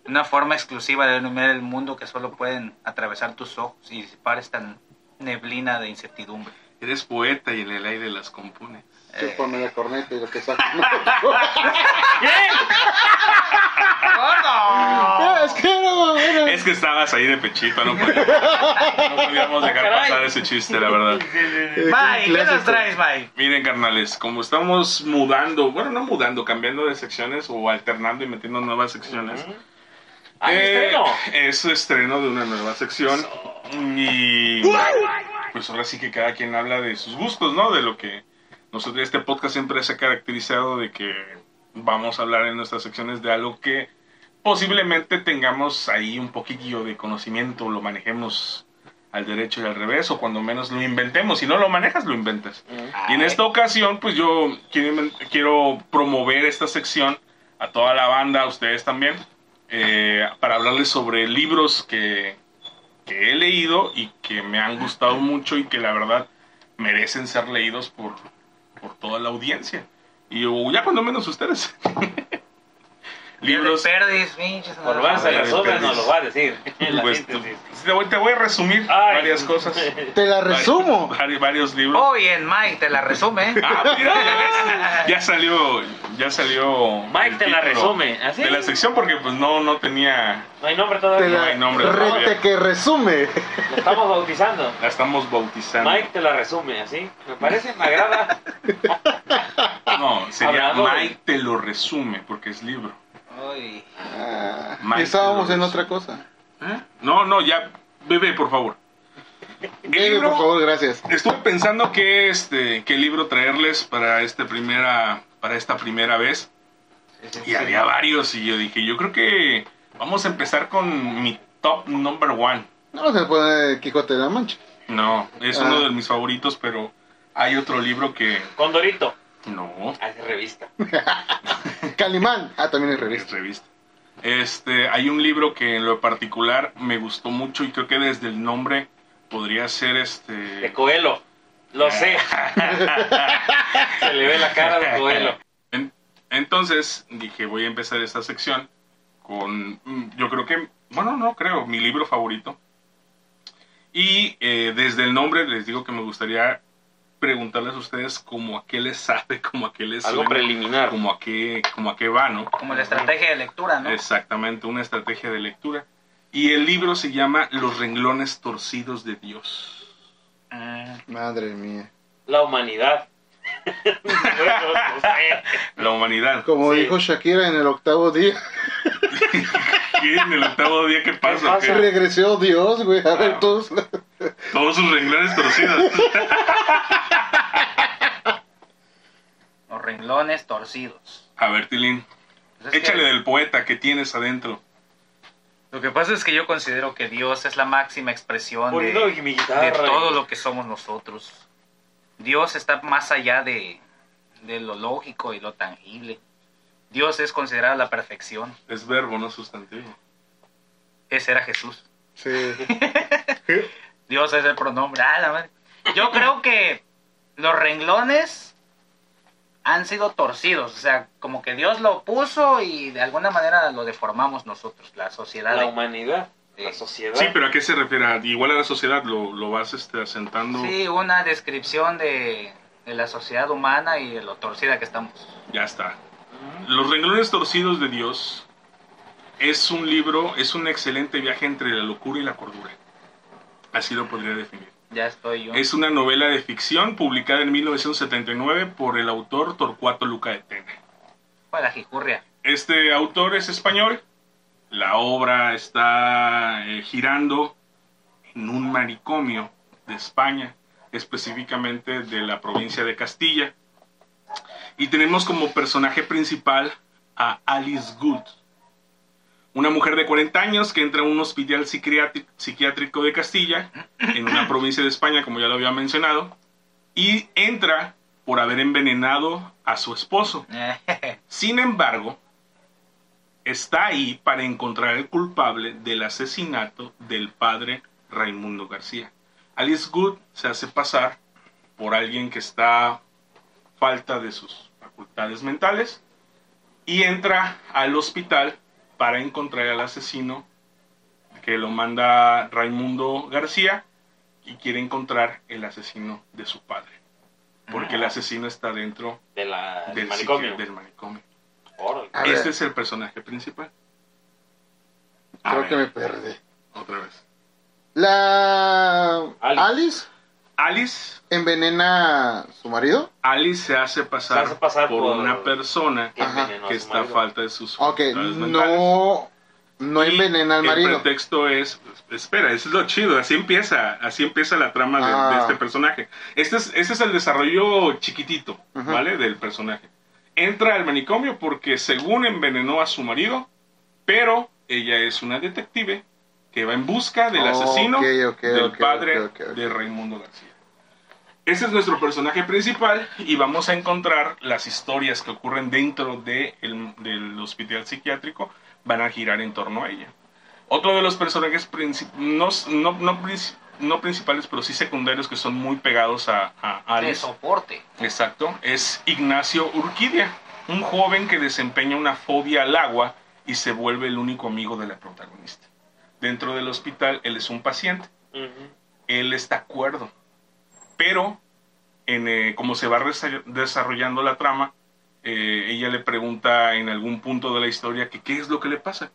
[SPEAKER 1] una forma exclusiva de iluminar el mundo que solo pueden atravesar tus ojos y disipar esta neblina de incertidumbre.
[SPEAKER 3] Eres poeta y en el aire las compones.
[SPEAKER 1] Eh.
[SPEAKER 2] Chúpame la corneta y lo que saco. es que no, bueno.
[SPEAKER 3] Es que estabas ahí de pechito, no podíamos, no
[SPEAKER 1] Ah,
[SPEAKER 3] podíamos dejar
[SPEAKER 4] Caray.
[SPEAKER 3] pasar ese chiste, la verdad.
[SPEAKER 4] ¿Eh?
[SPEAKER 1] Mike, ¿qué nos
[SPEAKER 2] Clásico.
[SPEAKER 1] traes, Mike?
[SPEAKER 3] Miren, carnales, como estamos mudando, bueno, no mudando, cambiando de secciones o alternando y metiendo nuevas secciones.
[SPEAKER 4] ¡Ay,
[SPEAKER 3] eh,
[SPEAKER 4] estreno!
[SPEAKER 3] Es estreno de una nueva sección. Y pues ahora sí que cada quien habla de sus gustos, ¿no? De lo que nosotros, este podcast siempre se ha caracterizado de que vamos a hablar en nuestras secciones de algo que posiblemente tengamos ahí un poquillo de conocimiento, lo manejemos al derecho y al revés, o cuando menos lo inventemos. Si no lo manejas, lo inventas. Y en esta ocasión, pues yo quiero, quiero promover esta sección a toda la banda, a ustedes también, eh, para hablarles sobre libros que, que he leído y que me han gustado mucho y que la verdad merecen ser leídos por, por toda la audiencia. Y o ya cuando menos ustedes.
[SPEAKER 1] Libros.
[SPEAKER 3] libros.
[SPEAKER 1] Perdis, pinches.
[SPEAKER 4] Por más de
[SPEAKER 3] ver,
[SPEAKER 4] las obras
[SPEAKER 3] Pérez.
[SPEAKER 4] nos lo va a decir. Ah, En la
[SPEAKER 3] pues,
[SPEAKER 4] síntesis.
[SPEAKER 3] te, voy, te voy a resumir
[SPEAKER 4] Ay. Oh.
[SPEAKER 3] varias cosas.
[SPEAKER 2] Te la resumo.
[SPEAKER 3] Vari- varios libros.
[SPEAKER 1] Hoy en Mike te la resume.
[SPEAKER 3] Ah, mira, Ah, ya ves. ya salió, ya salió.
[SPEAKER 4] Mike
[SPEAKER 3] el
[SPEAKER 4] te la
[SPEAKER 3] título
[SPEAKER 4] resume, así.
[SPEAKER 3] De la sección porque pues no, no tenía.
[SPEAKER 4] No hay nombre
[SPEAKER 2] Te
[SPEAKER 4] todavía.
[SPEAKER 2] la
[SPEAKER 3] hay nombre todavía.
[SPEAKER 2] rete que resume.
[SPEAKER 4] Lo estamos bautizando.
[SPEAKER 3] La estamos bautizando.
[SPEAKER 4] Mike te la resume, así. Me parece, me agrada.
[SPEAKER 3] No, sería
[SPEAKER 4] Hablando de-
[SPEAKER 3] Mike te lo resume porque es libro.
[SPEAKER 1] Uy.
[SPEAKER 2] Ah,
[SPEAKER 3] Mike
[SPEAKER 2] estábamos
[SPEAKER 3] te
[SPEAKER 2] en
[SPEAKER 3] lo
[SPEAKER 2] otra cosa.
[SPEAKER 3] No, no, ya, bebé, por favor. El
[SPEAKER 2] Bebe,
[SPEAKER 3] libro-
[SPEAKER 2] por favor, gracias.
[SPEAKER 3] Estuve pensando qué este, qué libro traerles para este primera, para esta primera vez. Y había varios y yo dije, yo creo que vamos a empezar con mi top number one.
[SPEAKER 2] No se pone Quijote de la Mancha.
[SPEAKER 3] No, es
[SPEAKER 2] Ah.
[SPEAKER 3] uno de mis favoritos, pero hay otro libro que
[SPEAKER 4] Condorito.
[SPEAKER 3] no
[SPEAKER 4] Hace revista.
[SPEAKER 2] Calimán. Ah, también es
[SPEAKER 3] es
[SPEAKER 2] revista.
[SPEAKER 3] revista. Este, hay un libro que en lo particular me gustó mucho y creo que desde el nombre podría ser
[SPEAKER 4] De
[SPEAKER 3] este
[SPEAKER 4] Coelho. Lo sé. Se le ve la cara de Coelho.
[SPEAKER 3] En- Entonces dije, voy a empezar esta sección con, mm, yo creo que, bueno, no creo, mi libro favorito. Y eh, desde el nombre les digo que me gustaría preguntarles a ustedes como a qué les sabe, como a qué les
[SPEAKER 4] Algo
[SPEAKER 3] suena,
[SPEAKER 4] preliminar.
[SPEAKER 3] como a qué, como a qué va, ¿no?
[SPEAKER 1] Como la estrategia de lectura, ¿no?
[SPEAKER 3] Exactamente, una estrategia de lectura. Y el libro se llama Los renglones torcidos de Dios.
[SPEAKER 1] Mm.
[SPEAKER 2] Madre mía.
[SPEAKER 4] La humanidad. Bueno, no sé.
[SPEAKER 3] La humanidad.
[SPEAKER 2] Como
[SPEAKER 4] Sí.
[SPEAKER 2] dijo Shakira en el octavo día,
[SPEAKER 3] ¿Qué? En el octavo día que pasa,
[SPEAKER 4] pasa?
[SPEAKER 3] ¿Qué?
[SPEAKER 2] regresó Dios, güey. A
[SPEAKER 3] Ah.
[SPEAKER 2] ver, todos.
[SPEAKER 3] todos sus renglones torcidos.
[SPEAKER 1] Los renglones torcidos.
[SPEAKER 3] A ver, Tilín,
[SPEAKER 1] Pues es
[SPEAKER 3] échale
[SPEAKER 1] que
[SPEAKER 3] del poeta que tienes adentro.
[SPEAKER 1] Lo que pasa es que yo considero que Dios es la máxima expresión
[SPEAKER 3] Pues
[SPEAKER 1] de,
[SPEAKER 4] Poniendo mi guitarra.
[SPEAKER 1] de todo lo que somos nosotros. Dios está más allá de, de lo lógico y lo tangible. Dios es considerado la perfección.
[SPEAKER 3] Es verbo, no sustantivo.
[SPEAKER 1] Ese era Jesús.
[SPEAKER 2] Sí.
[SPEAKER 1] Dios es el pronombre. Ah, la madre. Yo creo que los renglones han sido torcidos. O sea, como que Dios lo puso y de alguna manera lo deformamos nosotros, la sociedad.
[SPEAKER 4] La humanidad, la
[SPEAKER 1] Sí.
[SPEAKER 4] sociedad.
[SPEAKER 3] Sí, pero ¿a qué se refiere? Igual a la sociedad lo, lo vas este, asentando.
[SPEAKER 1] Sí, una descripción de, de la sociedad humana y de lo torcida que estamos.
[SPEAKER 3] Ya está. Los renglones torcidos de Dios es un libro, es un excelente viaje entre la locura y la cordura. Así lo podría definir.
[SPEAKER 1] Ya estoy yo.
[SPEAKER 3] Es una novela de ficción publicada en 1979 por el autor Torcuato Luca de Tena.
[SPEAKER 1] Fue la jicurria.
[SPEAKER 3] Este autor es español. La obra está eh, girando en un manicomio de España, específicamente de la provincia de Castilla. Y tenemos como personaje principal a Alice Good, una mujer de 40 años que entra a un hospital psiquiátri- psiquiátrico de Castilla, en una provincia de España, como ya lo había mencionado, y entra por haber envenenado a su esposo. Sin embargo, está ahí para encontrar el culpable del asesinato del padre Raimundo García. Alice Good se hace pasar por alguien que está falta de sus facultades mentales y entra al hospital para encontrar al asesino que lo manda Raimundo García y quiere encontrar el asesino de su padre. Porque el asesino está dentro
[SPEAKER 4] de la, Ah. del
[SPEAKER 3] del
[SPEAKER 4] manicomio.
[SPEAKER 3] psiqui- del manicomio.
[SPEAKER 4] Órale.
[SPEAKER 2] A
[SPEAKER 3] Este
[SPEAKER 2] ver.
[SPEAKER 3] es el personaje principal. A
[SPEAKER 2] Creo
[SPEAKER 3] ver,
[SPEAKER 2] que me perdí.
[SPEAKER 3] Otra vez.
[SPEAKER 2] La
[SPEAKER 4] Alice.
[SPEAKER 2] Alice.
[SPEAKER 3] Alice,
[SPEAKER 2] envenena a su marido.
[SPEAKER 3] Alice se hace pasar,
[SPEAKER 4] Se hace pasar
[SPEAKER 3] por,
[SPEAKER 4] por-
[SPEAKER 3] una persona
[SPEAKER 4] Que
[SPEAKER 2] Ajá,
[SPEAKER 4] envenenó a
[SPEAKER 3] que
[SPEAKER 4] su
[SPEAKER 3] está a
[SPEAKER 4] marido.
[SPEAKER 3] falta de sus
[SPEAKER 2] Ok,
[SPEAKER 3] facultades mentales.
[SPEAKER 2] no, no
[SPEAKER 3] Y
[SPEAKER 2] envenena al
[SPEAKER 3] El
[SPEAKER 2] marido.
[SPEAKER 3] pretexto es, espera, eso es lo chido, así empieza, así empieza la trama de- de,
[SPEAKER 2] Ah.
[SPEAKER 3] este personaje. Este es, este es el desarrollo chiquitito,
[SPEAKER 2] Ujú.
[SPEAKER 3] ¿vale? Del personaje. Entra al manicomio porque según envenenó a su marido, pero ella es una detective que va en busca del
[SPEAKER 2] Oh,
[SPEAKER 3] asesino
[SPEAKER 2] ok, ok,
[SPEAKER 3] del
[SPEAKER 2] ok,
[SPEAKER 3] padre
[SPEAKER 2] ok, ok, ok.
[SPEAKER 3] de Raimundo García. Ese es nuestro personaje principal y vamos a encontrar las historias que ocurren dentro de el- del hospital psiquiátrico, van a girar en torno a ella. Otro de los personajes princi- no, no, no princi- no principales, pero sí secundarios que son muy pegados a, a
[SPEAKER 1] De
[SPEAKER 3] Alice.
[SPEAKER 1] soporte.
[SPEAKER 3] Exacto, es Ignacio Urquidia, un joven que desempeña una fobia al agua y se vuelve el único amigo de la protagonista. Dentro del hospital, él es un paciente,
[SPEAKER 4] Ujú.
[SPEAKER 3] él está cuerdo, pero en, eh, como se va resa- desarrollando la trama, eh, ella le pregunta en algún punto de la historia que qué es lo que le pasa.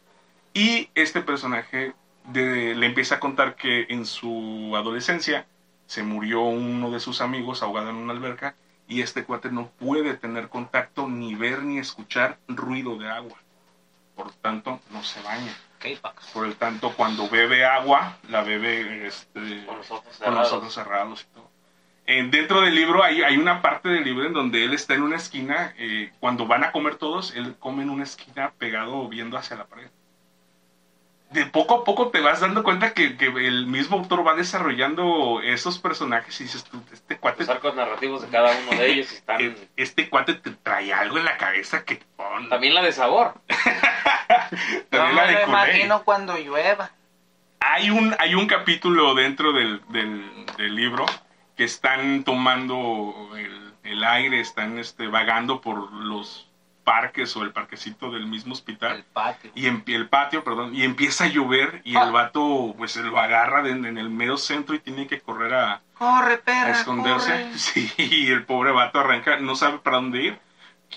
[SPEAKER 3] Y este personaje de- le empieza a contar que en su adolescencia se murió uno de sus amigos ahogado en una alberca y este cuate no puede tener contacto ni ver ni escuchar ruido de agua. Por tanto, no se baña.
[SPEAKER 1] K-Pax.
[SPEAKER 3] Por el tanto, cuando bebe agua, la bebe este,
[SPEAKER 4] Con los ojos
[SPEAKER 3] con los
[SPEAKER 4] cerrados.
[SPEAKER 3] ojos cerrados y todo. En- dentro del libro hay, hay una parte del libro en donde él está en una esquina, eh, cuando van a comer todos, él come en una esquina pegado viendo hacia la pared. De poco a poco te vas dando cuenta que, que el mismo autor va desarrollando esos personajes y dices, tú, este cuate,
[SPEAKER 4] Los arcos narrativos de cada uno de ellos están...
[SPEAKER 3] eh, este cuate te trae algo en la cabeza que... pon,
[SPEAKER 4] También la de sabor.
[SPEAKER 1] No
[SPEAKER 3] también la
[SPEAKER 1] me
[SPEAKER 3] de
[SPEAKER 1] lo
[SPEAKER 3] Culey.
[SPEAKER 1] imagino cuando llueva.
[SPEAKER 3] Hay un, hay un capítulo dentro del, del- del libro que están tomando el, el aire, están este, vagando por los parques o el parquecito del mismo
[SPEAKER 1] El
[SPEAKER 3] hospital.
[SPEAKER 1] patio.
[SPEAKER 3] Ah. Y en, el patio, perdón, y empieza a llover y el vato pues se lo agarra de- en el medio centro y tiene que correr a,
[SPEAKER 1] Corre,
[SPEAKER 3] a
[SPEAKER 1] perra.
[SPEAKER 3] esconderse.
[SPEAKER 1] corre.
[SPEAKER 3] Sí, y el pobre vato arranca, no sabe para dónde ir.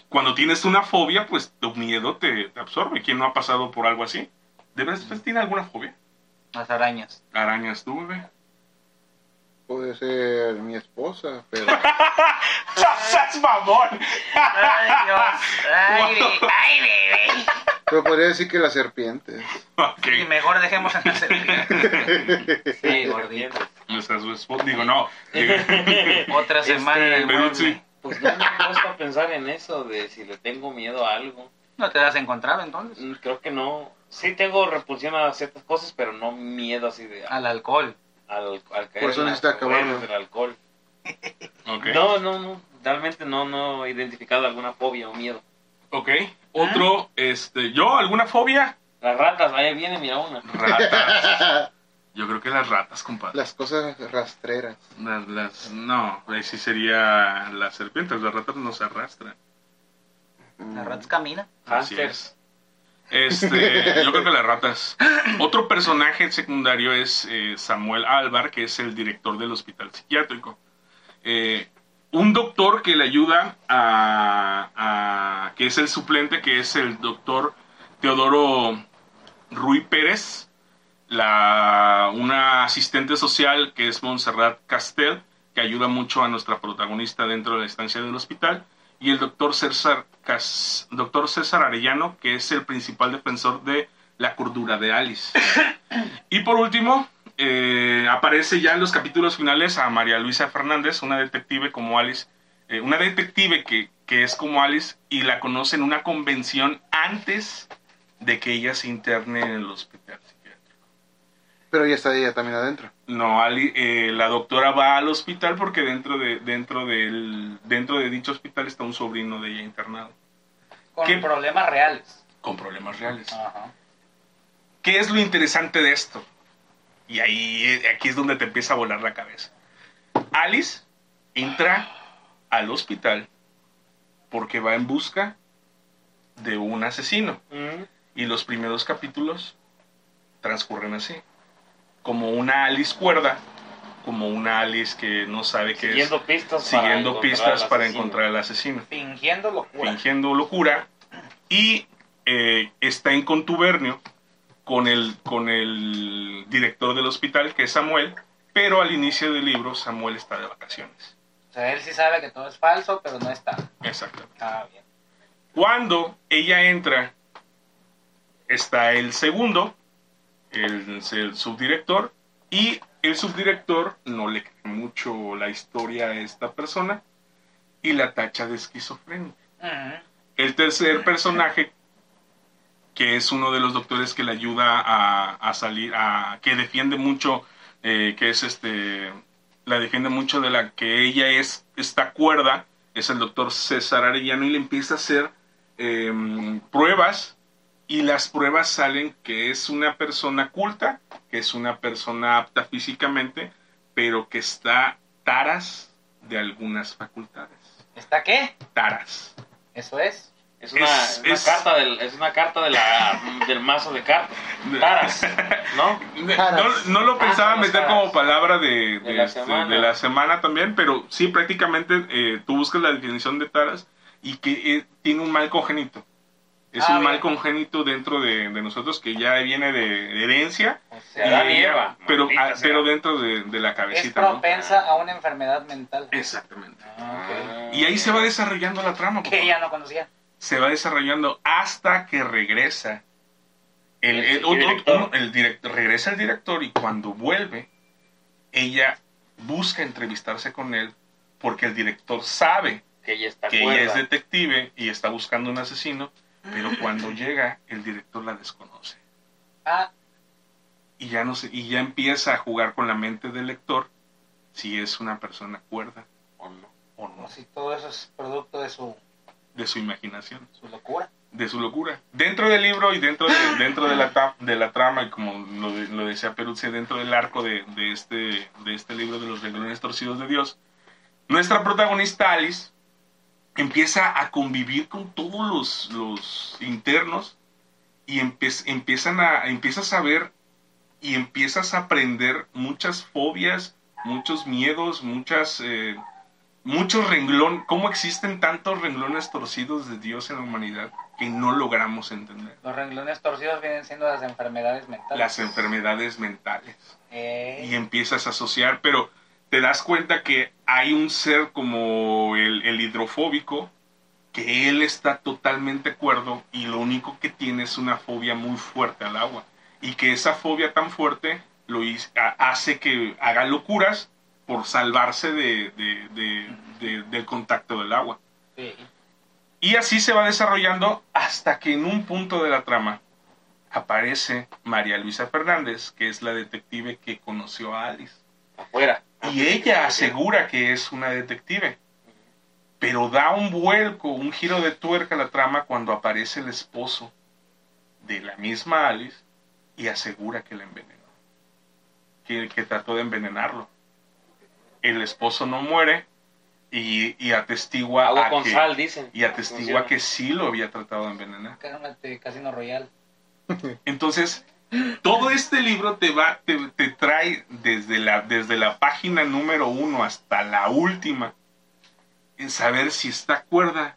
[SPEAKER 3] Cuando tienes una fobia, pues tu miedo te, te absorbe. ¿Quién no ha pasado por algo así? ¿De verdad pues, tiene alguna fobia?
[SPEAKER 1] Las arañas.
[SPEAKER 3] Arañas tú, bebé.
[SPEAKER 2] Puede ser mi esposa, pero
[SPEAKER 3] ¡Sas mamón!
[SPEAKER 1] Ay, Dios. Ay, be- ay, bebé.
[SPEAKER 2] pero podría decir que las serpientes.
[SPEAKER 3] Ok.
[SPEAKER 1] Y mejor dejemos en la serpiente. Sí, gordito.
[SPEAKER 3] No seas su esposo. Digo, no. Digo,
[SPEAKER 1] Otra
[SPEAKER 4] Este,
[SPEAKER 1] semana en el
[SPEAKER 3] Peruzzi.
[SPEAKER 1] mueble.
[SPEAKER 4] Pues no me he puesto a pensar en eso, de si le tengo miedo a algo.
[SPEAKER 1] ¿No te has encontrado entonces?
[SPEAKER 4] Mm, Creo que no. Sí tengo repulsión a ciertas cosas, pero no miedo así de al,
[SPEAKER 1] Al alcohol.
[SPEAKER 4] al, al caer.
[SPEAKER 2] Por eso
[SPEAKER 4] en
[SPEAKER 2] necesita
[SPEAKER 4] las
[SPEAKER 2] acabarlo.
[SPEAKER 4] redes del alcohol.
[SPEAKER 3] Ok.
[SPEAKER 4] No, no, no. Realmente no, no he identificado alguna fobia o miedo.
[SPEAKER 3] Ok. Otro, este, yo, ¿alguna fobia?
[SPEAKER 4] Las ratas, ahí viene, mira una.
[SPEAKER 3] Ratas. Yo creo que las ratas, compadre.
[SPEAKER 2] Las cosas rastreras.
[SPEAKER 3] Las, las, no, ahí sí sería las serpientes. Las ratas no se arrastran. Mm.
[SPEAKER 1] Las ratas camina.
[SPEAKER 3] Así
[SPEAKER 4] Hamsters.
[SPEAKER 3] es. Este, yo creo que las ratas. Otro personaje secundario es eh, Samuel Álvar, que es el director del hospital psiquiátrico. Eh, un doctor que le ayuda a, a- que es el suplente, que es el doctor Teodoro Rui Pérez, la, una asistente social que es Montserrat Castel, que ayuda mucho a nuestra protagonista dentro de la estancia del hospital, y el doctor César, Cas- doctor César Arellano, que es el principal defensor de la cordura de Alice. y por último, eh, aparece ya en los capítulos finales a María Luisa Fernández, una detective como Alice, eh, una detective que, que es como Alice y la conoce en una convención antes de que ella se interne en el hospital psiquiátrico.
[SPEAKER 2] Pero ya está ella también adentro.
[SPEAKER 3] No, Ali- eh, la doctora va al hospital porque dentro de dentro del dentro de dicho hospital está un sobrino de ella internado
[SPEAKER 1] Con
[SPEAKER 3] ¿Qué?
[SPEAKER 1] problemas reales.
[SPEAKER 3] con problemas reales.
[SPEAKER 1] Ajá.
[SPEAKER 3] ¿Qué es lo interesante de esto? Y ahí eh, aquí es donde te empieza a volar la cabeza. Alice entra al hospital porque va en busca de un asesino.
[SPEAKER 4] Mm.
[SPEAKER 3] y los primeros capítulos transcurren así. Como una Alice cuerda, como una Alice que no sabe qué
[SPEAKER 4] Siguiendo pistas.
[SPEAKER 3] es, siguiendo
[SPEAKER 4] para
[SPEAKER 3] pistas
[SPEAKER 4] encontrar al
[SPEAKER 3] para
[SPEAKER 4] asesino.
[SPEAKER 3] encontrar al asesino,
[SPEAKER 1] Fingiendo locura.
[SPEAKER 3] fingiendo locura y eh, está en contubernio con el, con el director del hospital, que es Samuel, pero al inicio del libro Samuel está de vacaciones.
[SPEAKER 1] O sea, él sí sabe que todo es falso, pero no está.
[SPEAKER 3] Exactamente.
[SPEAKER 1] Ah, bien.
[SPEAKER 3] Cuando ella entra, está el segundo, el, el subdirector, y el subdirector no le cree mucho la historia a esta persona y la tacha de esquizofrenia.
[SPEAKER 1] Ujú.
[SPEAKER 3] El tercer personaje, que es uno de los doctores que le ayuda a, a salir, a, que defiende mucho, eh, que es este, la defiende mucho de la que ella es, está cuerda, es el doctor César Arellano y le empieza a hacer eh, pruebas y las pruebas salen que es una persona culta, que es una persona apta físicamente, pero que está taras de algunas facultades.
[SPEAKER 1] ¿Está qué?
[SPEAKER 3] Taras.
[SPEAKER 1] Eso es.
[SPEAKER 4] Es una,
[SPEAKER 3] Es-
[SPEAKER 4] es una
[SPEAKER 3] es-
[SPEAKER 4] carta del, es una carta de la, del mazo de cartas. Taras, ¿no?
[SPEAKER 2] Caras.
[SPEAKER 3] No, no lo pensaba
[SPEAKER 4] Ah, son las
[SPEAKER 3] meter
[SPEAKER 4] caras.
[SPEAKER 3] como palabra de, de,
[SPEAKER 4] De la
[SPEAKER 3] este,
[SPEAKER 4] semana.
[SPEAKER 3] de la semana también, pero sí, prácticamente eh, tú buscas la definición de taras y que eh, tiene un mal congénito. Es
[SPEAKER 1] Ah,
[SPEAKER 3] un mal
[SPEAKER 1] bien.
[SPEAKER 3] congénito dentro de, de nosotros que ya viene de herencia,
[SPEAKER 1] O sea,
[SPEAKER 4] De Adán y
[SPEAKER 3] y-
[SPEAKER 4] Eva.
[SPEAKER 3] pero,
[SPEAKER 4] maldita
[SPEAKER 3] ah,
[SPEAKER 4] sea.
[SPEAKER 3] pero dentro de, de la
[SPEAKER 1] es
[SPEAKER 3] cabecita. ¿no?
[SPEAKER 1] propensa a una enfermedad mental.
[SPEAKER 3] Exactamente.
[SPEAKER 1] Ah,
[SPEAKER 3] Y ahí se va desarrollando la trama.
[SPEAKER 1] ok.
[SPEAKER 3] papá.
[SPEAKER 1] Que ella no conocía.
[SPEAKER 3] se va desarrollando hasta que regresa el,
[SPEAKER 4] El
[SPEAKER 3] el, otro-
[SPEAKER 4] director.
[SPEAKER 3] uno- el direct- regresa el director y cuando vuelve ella busca entrevistarse con él porque el director sabe
[SPEAKER 4] Que ella está
[SPEAKER 3] que
[SPEAKER 4] cuerda.
[SPEAKER 3] ella es detective y está buscando un asesino pero cuando llega el director la desconoce
[SPEAKER 1] Ah,
[SPEAKER 3] y ya no sé- y ya empieza a jugar con la mente del lector si es una persona cuerda
[SPEAKER 4] ¿O no?
[SPEAKER 3] o
[SPEAKER 1] como
[SPEAKER 3] no
[SPEAKER 1] si pues todo eso es producto de su,
[SPEAKER 3] de su imaginación
[SPEAKER 1] su locura.
[SPEAKER 3] de su locura. Dentro del libro y dentro de, dentro de, la, ta- de la trama, y como lo, de- lo decía Peruzzi, dentro del arco de, de este, de este libro de los reglones torcidos de Dios, nuestra protagonista Alice empieza a convivir con todos los, los internos y empe- empiezan a, empiezas a ver y empiezas a aprender muchas fobias, muchos miedos, muchas... eh, muchos renglón, cómo existen tantos renglones torcidos de Dios en la humanidad que no logramos entender.
[SPEAKER 1] Los renglones torcidos vienen siendo las enfermedades mentales.
[SPEAKER 3] Las enfermedades mentales.
[SPEAKER 1] Eh,
[SPEAKER 3] Y empiezas a asociar, pero te das cuenta que hay un ser como el, el hidrofóbico, que él está totalmente cuerdo y lo único que tiene es una fobia muy fuerte al agua. Y que esa fobia tan fuerte lo hiz- a- hace que haga locuras por salvarse de- de- de- de- del contacto del agua.
[SPEAKER 1] sí.
[SPEAKER 3] Y así se va desarrollando hasta que en un punto de la trama aparece María Luisa Fernández, que es la detective que conoció a Alice.
[SPEAKER 4] afuera.
[SPEAKER 3] Y ella asegura que es una detective. Pero da un vuelco, un giro de tuerca a la trama cuando aparece el esposo de la misma Alice y asegura que la envenenó. Que, que trató de envenenarlo. El esposo no muere y, y atestigua
[SPEAKER 4] Agua
[SPEAKER 3] a
[SPEAKER 4] con
[SPEAKER 3] que,
[SPEAKER 4] sal, dicen.
[SPEAKER 3] Ah, y atestigua que sí lo había tratado de envenenar.
[SPEAKER 1] Cálmate, este Casino Royal.
[SPEAKER 3] Entonces, todo este libro te va, te, te trae desde la, desde la página número uno hasta la última, en saber si está cuerda,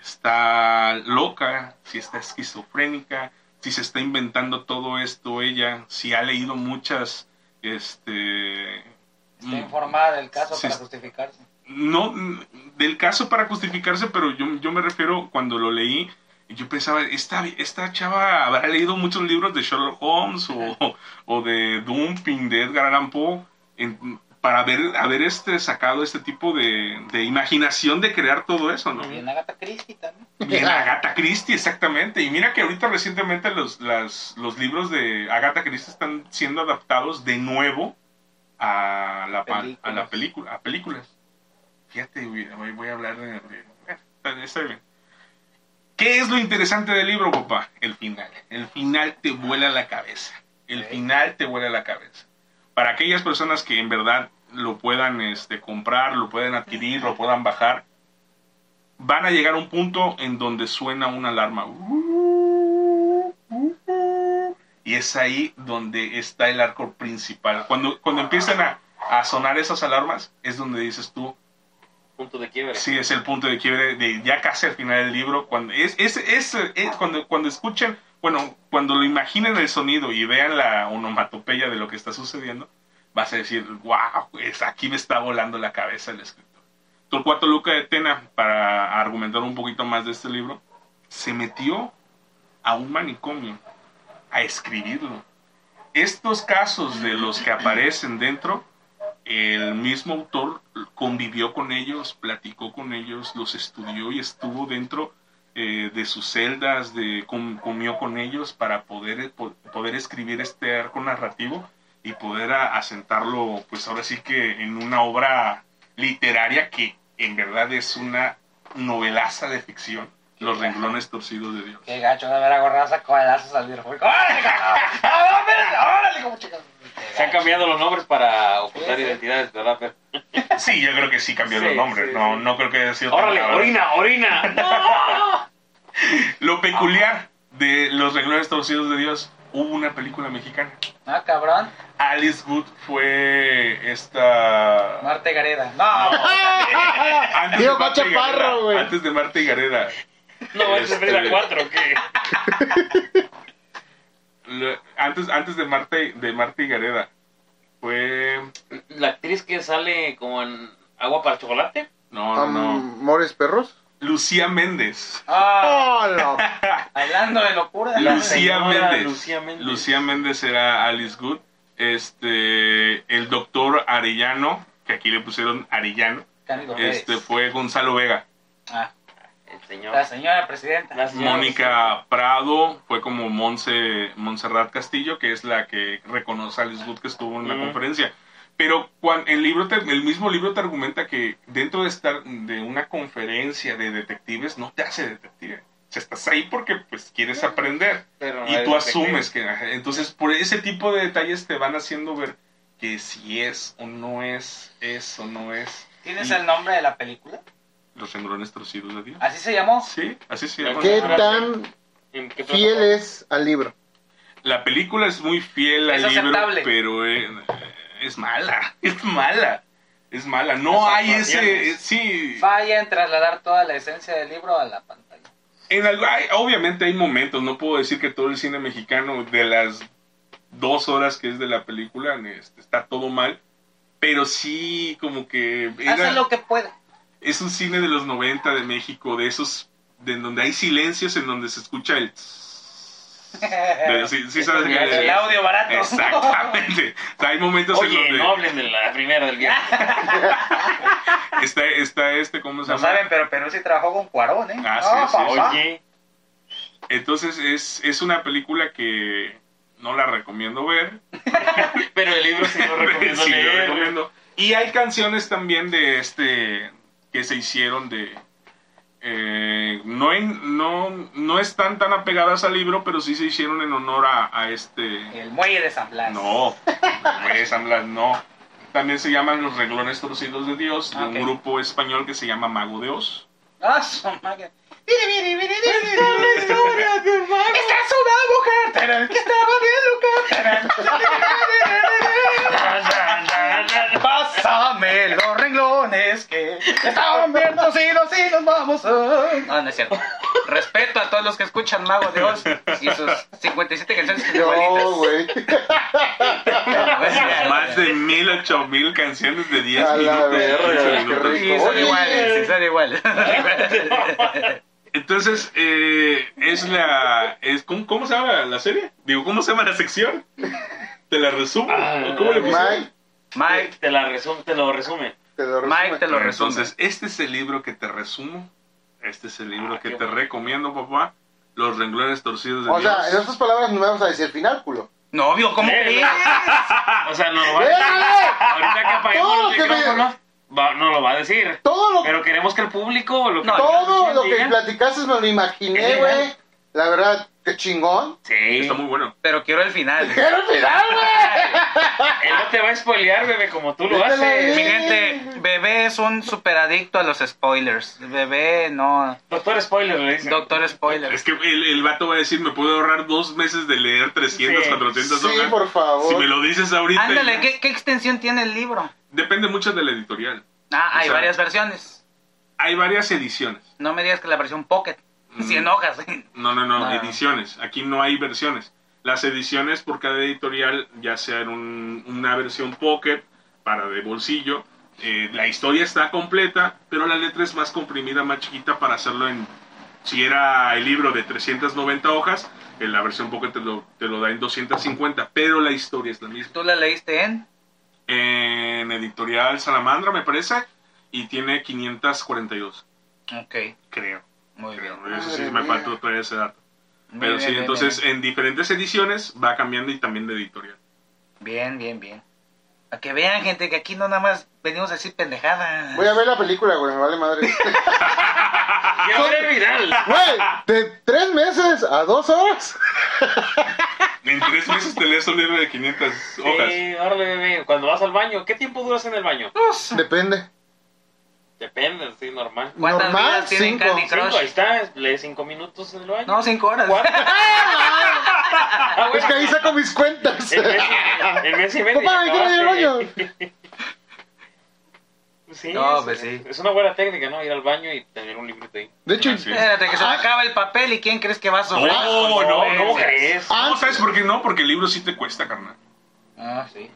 [SPEAKER 3] está loca, si está esquizofrénica, si se está inventando todo esto ella, si ha leído muchas, este
[SPEAKER 1] Está informada del caso
[SPEAKER 3] Sí,
[SPEAKER 1] para
[SPEAKER 3] sí.
[SPEAKER 1] justificarse.
[SPEAKER 3] no mm, del caso para justificarse, pero yo, yo me refiero cuando lo leí, yo pensaba, esta, esta chava habrá leído muchos libros de Sherlock Holmes o, o de Dumping, de Edgar Allan Poe, en- para haber, haber este, sacado este tipo de, de imaginación de crear todo eso, ¿no?
[SPEAKER 1] Y en Agatha Christie también.
[SPEAKER 3] Bien, Agatha Christie, exactamente. Y mira que ahorita recientemente los, las- los libros de Agatha Christie están siendo adaptados de nuevo a la, pa- a
[SPEAKER 1] Películas.
[SPEAKER 3] la película, a películas. Fíjate, güey, hoy voy a hablar de... de- bueno, está bien. ¿Qué es lo interesante del libro, papá? El final. El final te vuela la cabeza. El
[SPEAKER 1] Ok.
[SPEAKER 3] final te vuela la cabeza. Para aquellas personas que en verdad lo puedan este, comprar, lo pueden adquirir, lo puedan bajar, van a llegar a un punto en donde suena una alarma. Y es ahí donde está el arco principal. Cuando, cuando empiezan a, a sonar esas alarmas, es donde dices tú,
[SPEAKER 4] Punto de quiebre.
[SPEAKER 3] sí, es el punto de quiebre de ya casi al final del libro. Cuando, es, es, es- es cuando, cuando escuchen, bueno, cuando lo imaginen el sonido y vean la onomatopeya de lo que está sucediendo, vas a decir, wow, pues aquí me está volando la cabeza el escritor. Torcuato Luca de Tena, para argumentar un poquito más de este libro, se metió a un manicomio a escribirlo. Estos casos de los que aparecen dentro, el mismo autor convivió con ellos, platicó con ellos, los estudió y estuvo dentro eh, de sus celdas, de, com- comió con ellos para poder, eh, po- poder escribir este arco narrativo y poder a- asentarlo, pues ahora sí que en una obra literaria que en verdad es una novelaza de ficción, Los renglones torcidos de Dios.
[SPEAKER 1] Qué gacho de haber agarrado esa coadazo salir. ¡Órale, cabrón! ¡Ah, espérate! ¡Órale, como chicas!
[SPEAKER 4] Se han cambiado los nombres para ocultar
[SPEAKER 1] Sí, sí.
[SPEAKER 4] identidades, ¿verdad, Fer?
[SPEAKER 3] Sí, yo creo que sí cambió
[SPEAKER 4] Sí,
[SPEAKER 3] los nombres,
[SPEAKER 4] sí,
[SPEAKER 3] no,
[SPEAKER 4] sí.
[SPEAKER 3] no creo que haya sido... tan
[SPEAKER 4] Órale,
[SPEAKER 3] grave.
[SPEAKER 4] orina, orina. ¡No!
[SPEAKER 3] Lo peculiar de Los renglones torcidos de Dios, hubo una película mexicana.
[SPEAKER 1] Ah, cabrón.
[SPEAKER 3] Alice Good fue esta.
[SPEAKER 1] Marte Gareda. No,
[SPEAKER 3] Antes
[SPEAKER 2] Tío, Pacha
[SPEAKER 3] y
[SPEAKER 2] Parro,
[SPEAKER 3] Gareda,
[SPEAKER 2] güey.
[SPEAKER 3] Antes de Marta y Gareda.
[SPEAKER 4] No, es
[SPEAKER 3] Este-
[SPEAKER 4] de la 4, ¿o qué?
[SPEAKER 3] Lo- Antes, antes de Marta y, de Marta y Gareda. Fue.
[SPEAKER 4] La actriz que sale como en Agua para Chocolate.
[SPEAKER 3] No, no, no.
[SPEAKER 2] Um, ¿Mores perros?
[SPEAKER 3] Lucía Méndez.
[SPEAKER 1] Ah,
[SPEAKER 2] ¡Hola!
[SPEAKER 1] hablando de locura.
[SPEAKER 4] La
[SPEAKER 3] Lucía
[SPEAKER 4] señora
[SPEAKER 3] Méndez.
[SPEAKER 4] Lucía Méndez.
[SPEAKER 3] Lucía Méndez era Alice Good. Este. El doctor Arellano, que aquí le pusieron Arellano,
[SPEAKER 1] Cándido Pérez.
[SPEAKER 3] este fue Gonzalo Vega.
[SPEAKER 1] Ah,
[SPEAKER 4] El señor.
[SPEAKER 1] la señora presidenta.
[SPEAKER 4] La señora
[SPEAKER 3] Mónica Prado fue como Monse, Montserrat Castillo, que es la que reconoce a Alice Good que estuvo en la
[SPEAKER 4] Mm.
[SPEAKER 3] conferencia. Pero cuan- el, libro te- el mismo libro te argumenta que dentro de estar de una conferencia de detectives no te hace detective. O sea, estás ahí porque pues quieres aprender
[SPEAKER 4] Pero no
[SPEAKER 3] y
[SPEAKER 4] es
[SPEAKER 3] tú
[SPEAKER 4] detective.
[SPEAKER 3] asumes que... ajá, Entonces, por ese tipo de detalles te van haciendo ver que si es o no es, es o no es.
[SPEAKER 1] ¿Tienes
[SPEAKER 3] Y
[SPEAKER 1] el nombre de la película?
[SPEAKER 3] Los renglones torcidos de Dios.
[SPEAKER 1] ¿Así se llamó?
[SPEAKER 3] Sí, así se llama.
[SPEAKER 2] ¿Qué tan
[SPEAKER 4] ¿En qué
[SPEAKER 2] fiel
[SPEAKER 4] plataforma?
[SPEAKER 2] es al libro?
[SPEAKER 3] La película es muy fiel al
[SPEAKER 1] Es
[SPEAKER 3] libro,
[SPEAKER 1] aceptable.
[SPEAKER 3] pero eh, es mala, es mala, es mala. No
[SPEAKER 4] Las
[SPEAKER 3] hay ese,
[SPEAKER 4] actuaciones.
[SPEAKER 3] sí.
[SPEAKER 1] Falla en trasladar toda la esencia del libro a la pantalla.
[SPEAKER 3] En algo- hay- obviamente hay momentos. No puedo decir que todo el cine mexicano de las dos horas que es de la película este, está todo mal, pero sí como que era-
[SPEAKER 1] Hace lo que pueda.
[SPEAKER 3] es un cine de los 90 de México, de esos de en donde hay silencios, en donde se escucha el tss, De- sí, sí sabes que-
[SPEAKER 1] Eh, El audio barato.
[SPEAKER 3] Exactamente. O sea, hay momentos en
[SPEAKER 4] Oye,
[SPEAKER 3] donde
[SPEAKER 4] no hablen de la primera del viernes.
[SPEAKER 3] está, está este, ¿cómo se
[SPEAKER 1] No
[SPEAKER 3] llama?
[SPEAKER 1] saben, pero Perú sí trabajó con Cuarón, ¿eh?
[SPEAKER 3] Ah,
[SPEAKER 1] No,
[SPEAKER 3] sí, sí,
[SPEAKER 1] papá.
[SPEAKER 4] Oye,
[SPEAKER 3] Entonces es, es una película que no la recomiendo ver.
[SPEAKER 4] pero el libro sí lo recomiendo
[SPEAKER 3] Sí, lo
[SPEAKER 4] leer.
[SPEAKER 3] recomiendo. Y hay canciones también de este que se hicieron de eh, no, en- no no están tan apegadas al libro, pero sí se hicieron en honor a, a este
[SPEAKER 1] El muelle de San Blas.
[SPEAKER 3] no, no es San Blas, no. También se llaman los reglones torcidos de Dios, de
[SPEAKER 1] Ok.
[SPEAKER 3] un grupo español que se llama Mago de Oz.
[SPEAKER 1] Ah, su madre. Mire, mire, mire, mire, mire. Esta es una mujer tarán, que estaba bien loca. tarán. Pásame los renglones que están bien tosidos y nos vamos a... No, no es cierto. Respeto a todos los que escuchan Mago de Oz y sus 57 canciones
[SPEAKER 2] No, güey.
[SPEAKER 3] Más de mil, ocho mil canciones de 10
[SPEAKER 2] A la
[SPEAKER 3] minutos.
[SPEAKER 2] verga,
[SPEAKER 3] 15
[SPEAKER 2] qué
[SPEAKER 3] minutos.
[SPEAKER 2] rico.
[SPEAKER 1] Sí, son
[SPEAKER 2] Oye.
[SPEAKER 1] iguales, sí, son iguales.
[SPEAKER 3] Entonces, eh, es la. Es, ¿cómo, cómo se llama la serie? Digo, ¿cómo se llama la sección? Te la resumo.
[SPEAKER 4] Ah,
[SPEAKER 3] ¿O ¿Cómo le pusieron?
[SPEAKER 2] Mike,
[SPEAKER 1] Mike,
[SPEAKER 4] Te, la resume, te lo resume.
[SPEAKER 2] te lo resume.
[SPEAKER 1] Mike te lo resume.
[SPEAKER 3] Entonces, este es el libro que te resumo. Este es el libro
[SPEAKER 4] Ah,
[SPEAKER 3] que
[SPEAKER 4] qué
[SPEAKER 3] te
[SPEAKER 4] bueno.
[SPEAKER 3] recomiendo, papá. Los renglones torcidos de
[SPEAKER 2] O
[SPEAKER 3] Dios.
[SPEAKER 2] sea, en otras palabras, no me vas a decir final, culo.
[SPEAKER 1] Novio, ¿cómo
[SPEAKER 4] Eh,
[SPEAKER 1] crees?
[SPEAKER 3] Ah.
[SPEAKER 4] O sea, no lo va
[SPEAKER 2] ¡Eh, eh!
[SPEAKER 4] Ahorita que apagamos
[SPEAKER 2] Todo
[SPEAKER 4] los
[SPEAKER 2] lo que me-
[SPEAKER 4] micrófonos, va- no lo va a decir.
[SPEAKER 2] Todo lo
[SPEAKER 4] Pero queremos que el público o lo que
[SPEAKER 1] No,
[SPEAKER 2] Todo
[SPEAKER 4] digan,
[SPEAKER 2] lo que
[SPEAKER 4] digan.
[SPEAKER 2] platicaste me lo imaginé,
[SPEAKER 4] Sí,
[SPEAKER 2] güey. La verdad, qué chingón.
[SPEAKER 4] Sí.
[SPEAKER 3] Está muy bueno.
[SPEAKER 1] Pero quiero el final.
[SPEAKER 2] ¡Quiero el final, güey!
[SPEAKER 4] Él no te va a spoilear, bebé, como tú lo
[SPEAKER 2] Vete a la
[SPEAKER 4] haces.
[SPEAKER 1] Mi
[SPEAKER 2] verga.
[SPEAKER 1] gente, bebé es un superadicto a los spoilers. Bebé no.
[SPEAKER 4] Doctor Spoiler le dice.
[SPEAKER 1] Doctor spoiler.
[SPEAKER 3] Es que el, el vato va a decir: Me puedo ahorrar dos meses de leer 300,
[SPEAKER 4] Sí.
[SPEAKER 3] 400
[SPEAKER 2] Sí,
[SPEAKER 3] hojas.
[SPEAKER 2] por favor.
[SPEAKER 3] Si me lo dices ahorita.
[SPEAKER 1] Ándale, ¿qué, qué extensión tiene el libro?
[SPEAKER 3] Depende mucho de la editorial.
[SPEAKER 1] Ah,
[SPEAKER 3] O
[SPEAKER 1] hay
[SPEAKER 3] sea-
[SPEAKER 1] varias versiones.
[SPEAKER 3] Hay varias ediciones.
[SPEAKER 1] No me digas que la versión Pocket.
[SPEAKER 3] Mm.
[SPEAKER 1] 100 hojas.
[SPEAKER 3] No, no, no,
[SPEAKER 1] Ah.
[SPEAKER 3] ediciones. Aquí no hay versiones. Las ediciones por cada editorial, ya sea en un- una versión pocket, para de bolsillo, eh, la historia está completa, pero la letra es más comprimida, más chiquita para hacerlo en... Si era el libro de 390 hojas, en la versión pocket te lo, te lo da en 250, pero la historia es la misma.
[SPEAKER 1] ¿Tú la leíste en?
[SPEAKER 3] En editorial Salamandra, me parece, y tiene 542,
[SPEAKER 1] Ok,
[SPEAKER 3] creo.
[SPEAKER 1] muy bien.
[SPEAKER 3] creo. Eso sí,
[SPEAKER 2] Madre
[SPEAKER 3] me
[SPEAKER 2] mía.
[SPEAKER 3] faltó traer ese dato.
[SPEAKER 1] Muy
[SPEAKER 3] Pero
[SPEAKER 1] bien,
[SPEAKER 3] sí,
[SPEAKER 1] bien,
[SPEAKER 3] entonces en diferentes ediciones va cambiando y también de editorial.
[SPEAKER 1] Bien, bien, bien. bien. A que vean, gente, que aquí no nada más venimos a decir pendejadas.
[SPEAKER 2] Voy a ver la película, güey, me vale madre.
[SPEAKER 4] Ya ahora el viral.
[SPEAKER 2] Güey, de tres meses a dos horas.
[SPEAKER 3] En tres meses te lees un libro de 500 hojas.
[SPEAKER 4] Sí, órale, bebé. Cuando vas al baño, ¿qué tiempo duras en el baño?
[SPEAKER 2] Depende.
[SPEAKER 4] Depende, sí, normal.
[SPEAKER 1] ¿Cuántas
[SPEAKER 2] Normal,
[SPEAKER 1] vidas tienen
[SPEAKER 2] cinco.
[SPEAKER 1] Candy Crush?
[SPEAKER 4] Cinco, ahí está, lee cinco minutos en el baño.
[SPEAKER 1] No, 5 horas.
[SPEAKER 4] Cuatro. Ah,
[SPEAKER 2] Es que ahí saco mis cuentas.
[SPEAKER 4] El mes, y- el mes y medio.
[SPEAKER 2] Papá,
[SPEAKER 4] ya
[SPEAKER 2] me quiero ir al
[SPEAKER 4] acabaste.
[SPEAKER 2] baño.
[SPEAKER 4] Sí,
[SPEAKER 1] No,
[SPEAKER 4] es-
[SPEAKER 1] pues sí.
[SPEAKER 4] Es una buena técnica, ¿no? Ir al baño y tener un librito ahí.
[SPEAKER 2] De hecho,
[SPEAKER 3] Así es.
[SPEAKER 1] Espérate, que se me acaba el papel y ¿quién crees que va a sobrar?
[SPEAKER 3] No,
[SPEAKER 1] Con
[SPEAKER 3] no,
[SPEAKER 1] dos
[SPEAKER 3] no
[SPEAKER 1] veces.
[SPEAKER 4] crees?
[SPEAKER 3] No, ¿sabes por qué no? Porque el libro sí te cuesta, carnal.
[SPEAKER 1] Ah, sí.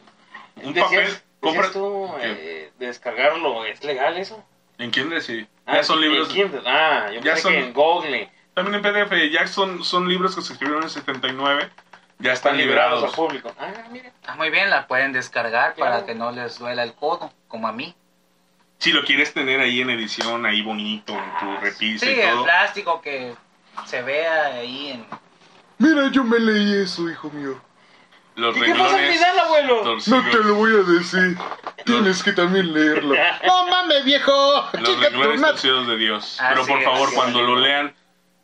[SPEAKER 3] Un
[SPEAKER 4] Decías-
[SPEAKER 3] papel,
[SPEAKER 4] decías
[SPEAKER 3] compra-
[SPEAKER 4] tú,
[SPEAKER 3] ¿Qué?
[SPEAKER 4] eh, descargarlo, ¿es legal eso?
[SPEAKER 3] ¿En Kindle sí?
[SPEAKER 4] Ah,
[SPEAKER 3] ya son
[SPEAKER 4] en
[SPEAKER 3] libros.
[SPEAKER 4] Kindle. Ah, yo
[SPEAKER 3] Ya
[SPEAKER 4] pensé
[SPEAKER 3] son-
[SPEAKER 4] que en Google.
[SPEAKER 3] También en PDF. Ya son, son libros que se escribieron en 79. Ya están
[SPEAKER 4] Están liberados al
[SPEAKER 3] liberados.
[SPEAKER 4] público. Ah, mira.
[SPEAKER 1] Ah, muy bien, la pueden descargar
[SPEAKER 4] Claro.
[SPEAKER 1] para que no les duela el codo, como a mí.
[SPEAKER 3] Si lo quieres tener ahí en edición, ahí bonito, en tu repisa
[SPEAKER 1] Sí,
[SPEAKER 3] y
[SPEAKER 1] el
[SPEAKER 3] todo.
[SPEAKER 1] plástico que se vea ahí en...
[SPEAKER 2] mira, yo me leí eso, hijo mío.
[SPEAKER 3] Los
[SPEAKER 4] ¿Y qué pasa al
[SPEAKER 3] renglones
[SPEAKER 4] final, abuelo?
[SPEAKER 2] No te
[SPEAKER 3] torcidos.
[SPEAKER 2] lo voy a decir. Tienes que también leerlo. No mames, viejo.
[SPEAKER 3] Los
[SPEAKER 2] Chica, tu
[SPEAKER 3] renglones
[SPEAKER 2] madre.
[SPEAKER 3] torcidos de Dios.
[SPEAKER 1] Así
[SPEAKER 3] Pero por
[SPEAKER 1] es,
[SPEAKER 3] favor,
[SPEAKER 1] así
[SPEAKER 3] cuando
[SPEAKER 4] es.
[SPEAKER 3] lo lean,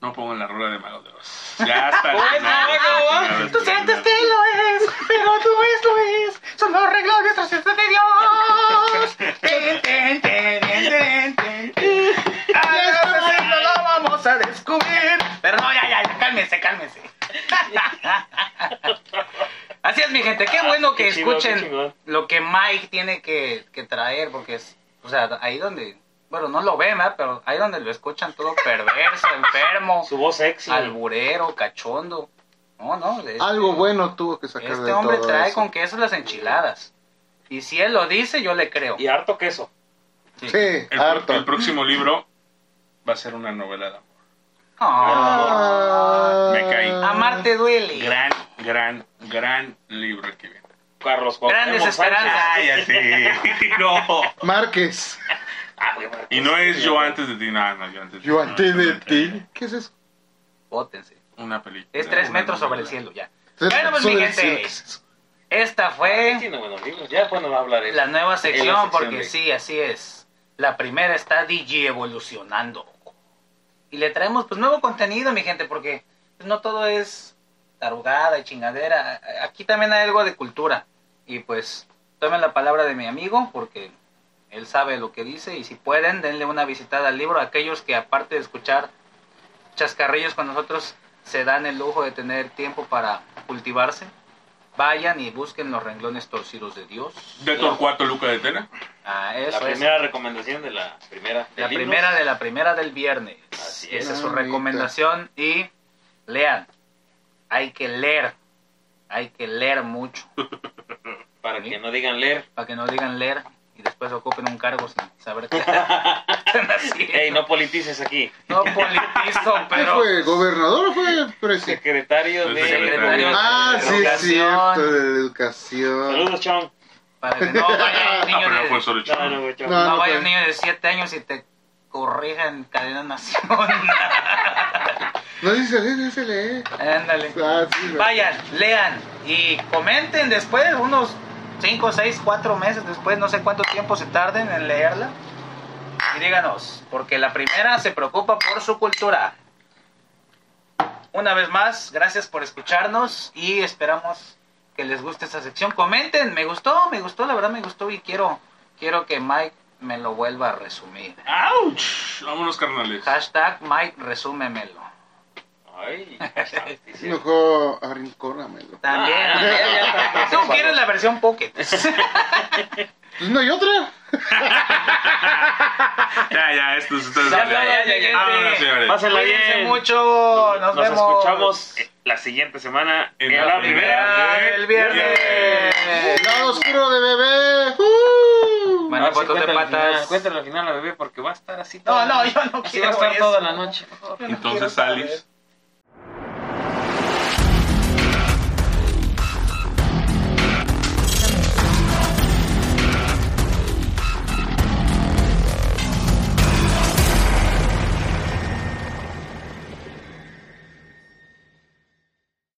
[SPEAKER 3] no pongan la rola de Mago de Oz. Ya está.
[SPEAKER 4] Pues, Mago,
[SPEAKER 1] Tú sientes que lo es, pero tú es lo es. Son los reglones tracios de Dios. Ten, ten, ten, ten, ten, ten, ten. A veces no lo vamos a descubrir. Pero no, ya, ya, ya, cálmense, cálmense. Así es, mi gente. Qué bueno que
[SPEAKER 4] Qué chingón, qué
[SPEAKER 1] escuchen
[SPEAKER 4] chingón.
[SPEAKER 1] lo que Mike tiene que, que traer, porque es, o sea, ahí donde, bueno, no lo ven, ¿verdad? Pero ahí donde lo escuchan todo perverso, enfermo
[SPEAKER 4] Su voz sexy.
[SPEAKER 1] alburero, cachondo. No, no. este-
[SPEAKER 2] Algo bueno tuvo que sacar de
[SPEAKER 1] Este
[SPEAKER 2] todo
[SPEAKER 1] hombre trae
[SPEAKER 2] eso.
[SPEAKER 1] con queso las enchiladas. Y si él lo dice, yo le creo.
[SPEAKER 4] Y harto queso.
[SPEAKER 1] Sí.
[SPEAKER 2] Sí,
[SPEAKER 3] El,
[SPEAKER 2] harto.
[SPEAKER 3] el próximo libro va a ser una novela de amor.
[SPEAKER 1] Ah.
[SPEAKER 2] Ah.
[SPEAKER 3] Me caí.
[SPEAKER 1] A amar te duele.
[SPEAKER 3] Gran, gran, gran libro el que viene.
[SPEAKER 4] Carlos Cuauhtémoc
[SPEAKER 1] Grandes esperanzas.
[SPEAKER 4] Sánchez.
[SPEAKER 3] Ay, así. No.
[SPEAKER 2] Márquez,
[SPEAKER 4] Ah, güey, bueno,
[SPEAKER 3] Y no es Yo antes de ti, no, no, Yo antes de ti.
[SPEAKER 2] yo
[SPEAKER 3] no,
[SPEAKER 2] antes
[SPEAKER 3] es
[SPEAKER 2] de
[SPEAKER 3] una
[SPEAKER 2] ti. ¿Qué es eso?
[SPEAKER 1] Pótense.
[SPEAKER 3] Una película.
[SPEAKER 1] Es tres
[SPEAKER 3] una
[SPEAKER 1] metros sobre el cielo
[SPEAKER 3] novela.
[SPEAKER 1] ya. Bueno, pues mi
[SPEAKER 2] Sobre el
[SPEAKER 1] gente,
[SPEAKER 2] cielo.
[SPEAKER 1] esta
[SPEAKER 4] está
[SPEAKER 1] fue
[SPEAKER 4] diciendo buenos libros. Ya después nos va a hablar de
[SPEAKER 1] la nueva sección,
[SPEAKER 4] sección
[SPEAKER 1] porque
[SPEAKER 4] de-
[SPEAKER 1] sí, así es. La primera está DJ evolucionando. Y le traemos pues nuevo contenido, mi gente, porque pues, no todo es tarugada y chingadera. Aquí también hay algo de cultura. Y pues tomen la palabra de mi amigo, porque él sabe lo que dice. Y si pueden, denle una visitada al libro. Aquellos que aparte de escuchar chascarrillos con nosotros, se dan el lujo de tener tiempo para cultivarse. Vayan y busquen los renglones torcidos de Dios.
[SPEAKER 3] De Torcuato Luca de Tena.
[SPEAKER 1] Ah,
[SPEAKER 4] la
[SPEAKER 1] eso es.
[SPEAKER 4] primera recomendación de la primera.
[SPEAKER 1] La
[SPEAKER 4] de libros.
[SPEAKER 1] primera de la primera del viernes.
[SPEAKER 4] Así
[SPEAKER 1] Esa
[SPEAKER 2] es.
[SPEAKER 1] es su recomendación. Y lean. Hay que leer. Hay que leer mucho.
[SPEAKER 4] Para que no digan leer.
[SPEAKER 1] Para que no digan leer y después ocupen un cargo sin saber qué están haciendo.
[SPEAKER 4] Ey, Pues. no politices aquí.
[SPEAKER 1] No politizo,
[SPEAKER 2] ¿Qué
[SPEAKER 1] pero.
[SPEAKER 2] fue? ¿Gobernador o fue presidente?
[SPEAKER 4] Secretario
[SPEAKER 3] El
[SPEAKER 4] de...
[SPEAKER 3] secretario.
[SPEAKER 2] Ah, sí, es
[SPEAKER 1] Educación.
[SPEAKER 2] cierto, de educación.
[SPEAKER 4] Saludos, Chon.
[SPEAKER 1] Para que no vaya un
[SPEAKER 3] Ah,
[SPEAKER 1] niño
[SPEAKER 3] pero no fue
[SPEAKER 1] de,
[SPEAKER 3] solo
[SPEAKER 4] No,
[SPEAKER 3] Chon.
[SPEAKER 4] no, güey, Chon.
[SPEAKER 2] No,
[SPEAKER 1] no
[SPEAKER 2] no
[SPEAKER 1] vaya
[SPEAKER 2] fue.
[SPEAKER 1] un
[SPEAKER 4] pues.
[SPEAKER 1] niño de 7 años y te corrija en cadena nacional.
[SPEAKER 2] No dice, sí, sí, se lee.
[SPEAKER 1] Ándale.
[SPEAKER 2] Ah, sí, güey.
[SPEAKER 1] Vayan, lean y comenten después, unos 5, 6, 4 meses después, no sé cuánto tiempo se tarden en leerla. Y díganos, porque la primera se preocupa por su cultura. Una vez más, gracias por escucharnos y esperamos que les guste esta sección. Comenten, me gustó, me gustó, la verdad me gustó y quiero, quiero que Mike me lo vuelva a resumir.
[SPEAKER 3] ¡Auch! Vámonos, carnales.
[SPEAKER 1] Hashtag Mike, resúmemelo.
[SPEAKER 4] Ay, sí.
[SPEAKER 2] Mejor arrincónamelo.
[SPEAKER 1] También.
[SPEAKER 4] Ah, ya, ya, ya.
[SPEAKER 1] Tú quieres la versión Pocket.
[SPEAKER 2] Pues no hay otra.
[SPEAKER 3] Ya, ya, esto se está
[SPEAKER 1] Ya, ya, ya, ya,
[SPEAKER 3] Vámonos,
[SPEAKER 1] gente.
[SPEAKER 3] señores.
[SPEAKER 4] Pásenla
[SPEAKER 1] Cuídense
[SPEAKER 4] bien.
[SPEAKER 1] mucho. Oh, Nos, vemos.
[SPEAKER 4] escuchamos eh, la siguiente semana
[SPEAKER 3] En la primera
[SPEAKER 1] Primera del viernes.
[SPEAKER 2] El lado oscuro de bebé. ¡Uh!
[SPEAKER 1] Bueno, pues, tú te patas.
[SPEAKER 4] Cuéntale al final la bebé porque va a estar así.
[SPEAKER 1] No,
[SPEAKER 4] toda la
[SPEAKER 1] no,
[SPEAKER 4] noche.
[SPEAKER 1] yo no
[SPEAKER 4] Así
[SPEAKER 1] quiero
[SPEAKER 4] va a
[SPEAKER 1] eso.
[SPEAKER 4] estar
[SPEAKER 3] Então
[SPEAKER 4] toda la noche.
[SPEAKER 3] Entonces, Alice.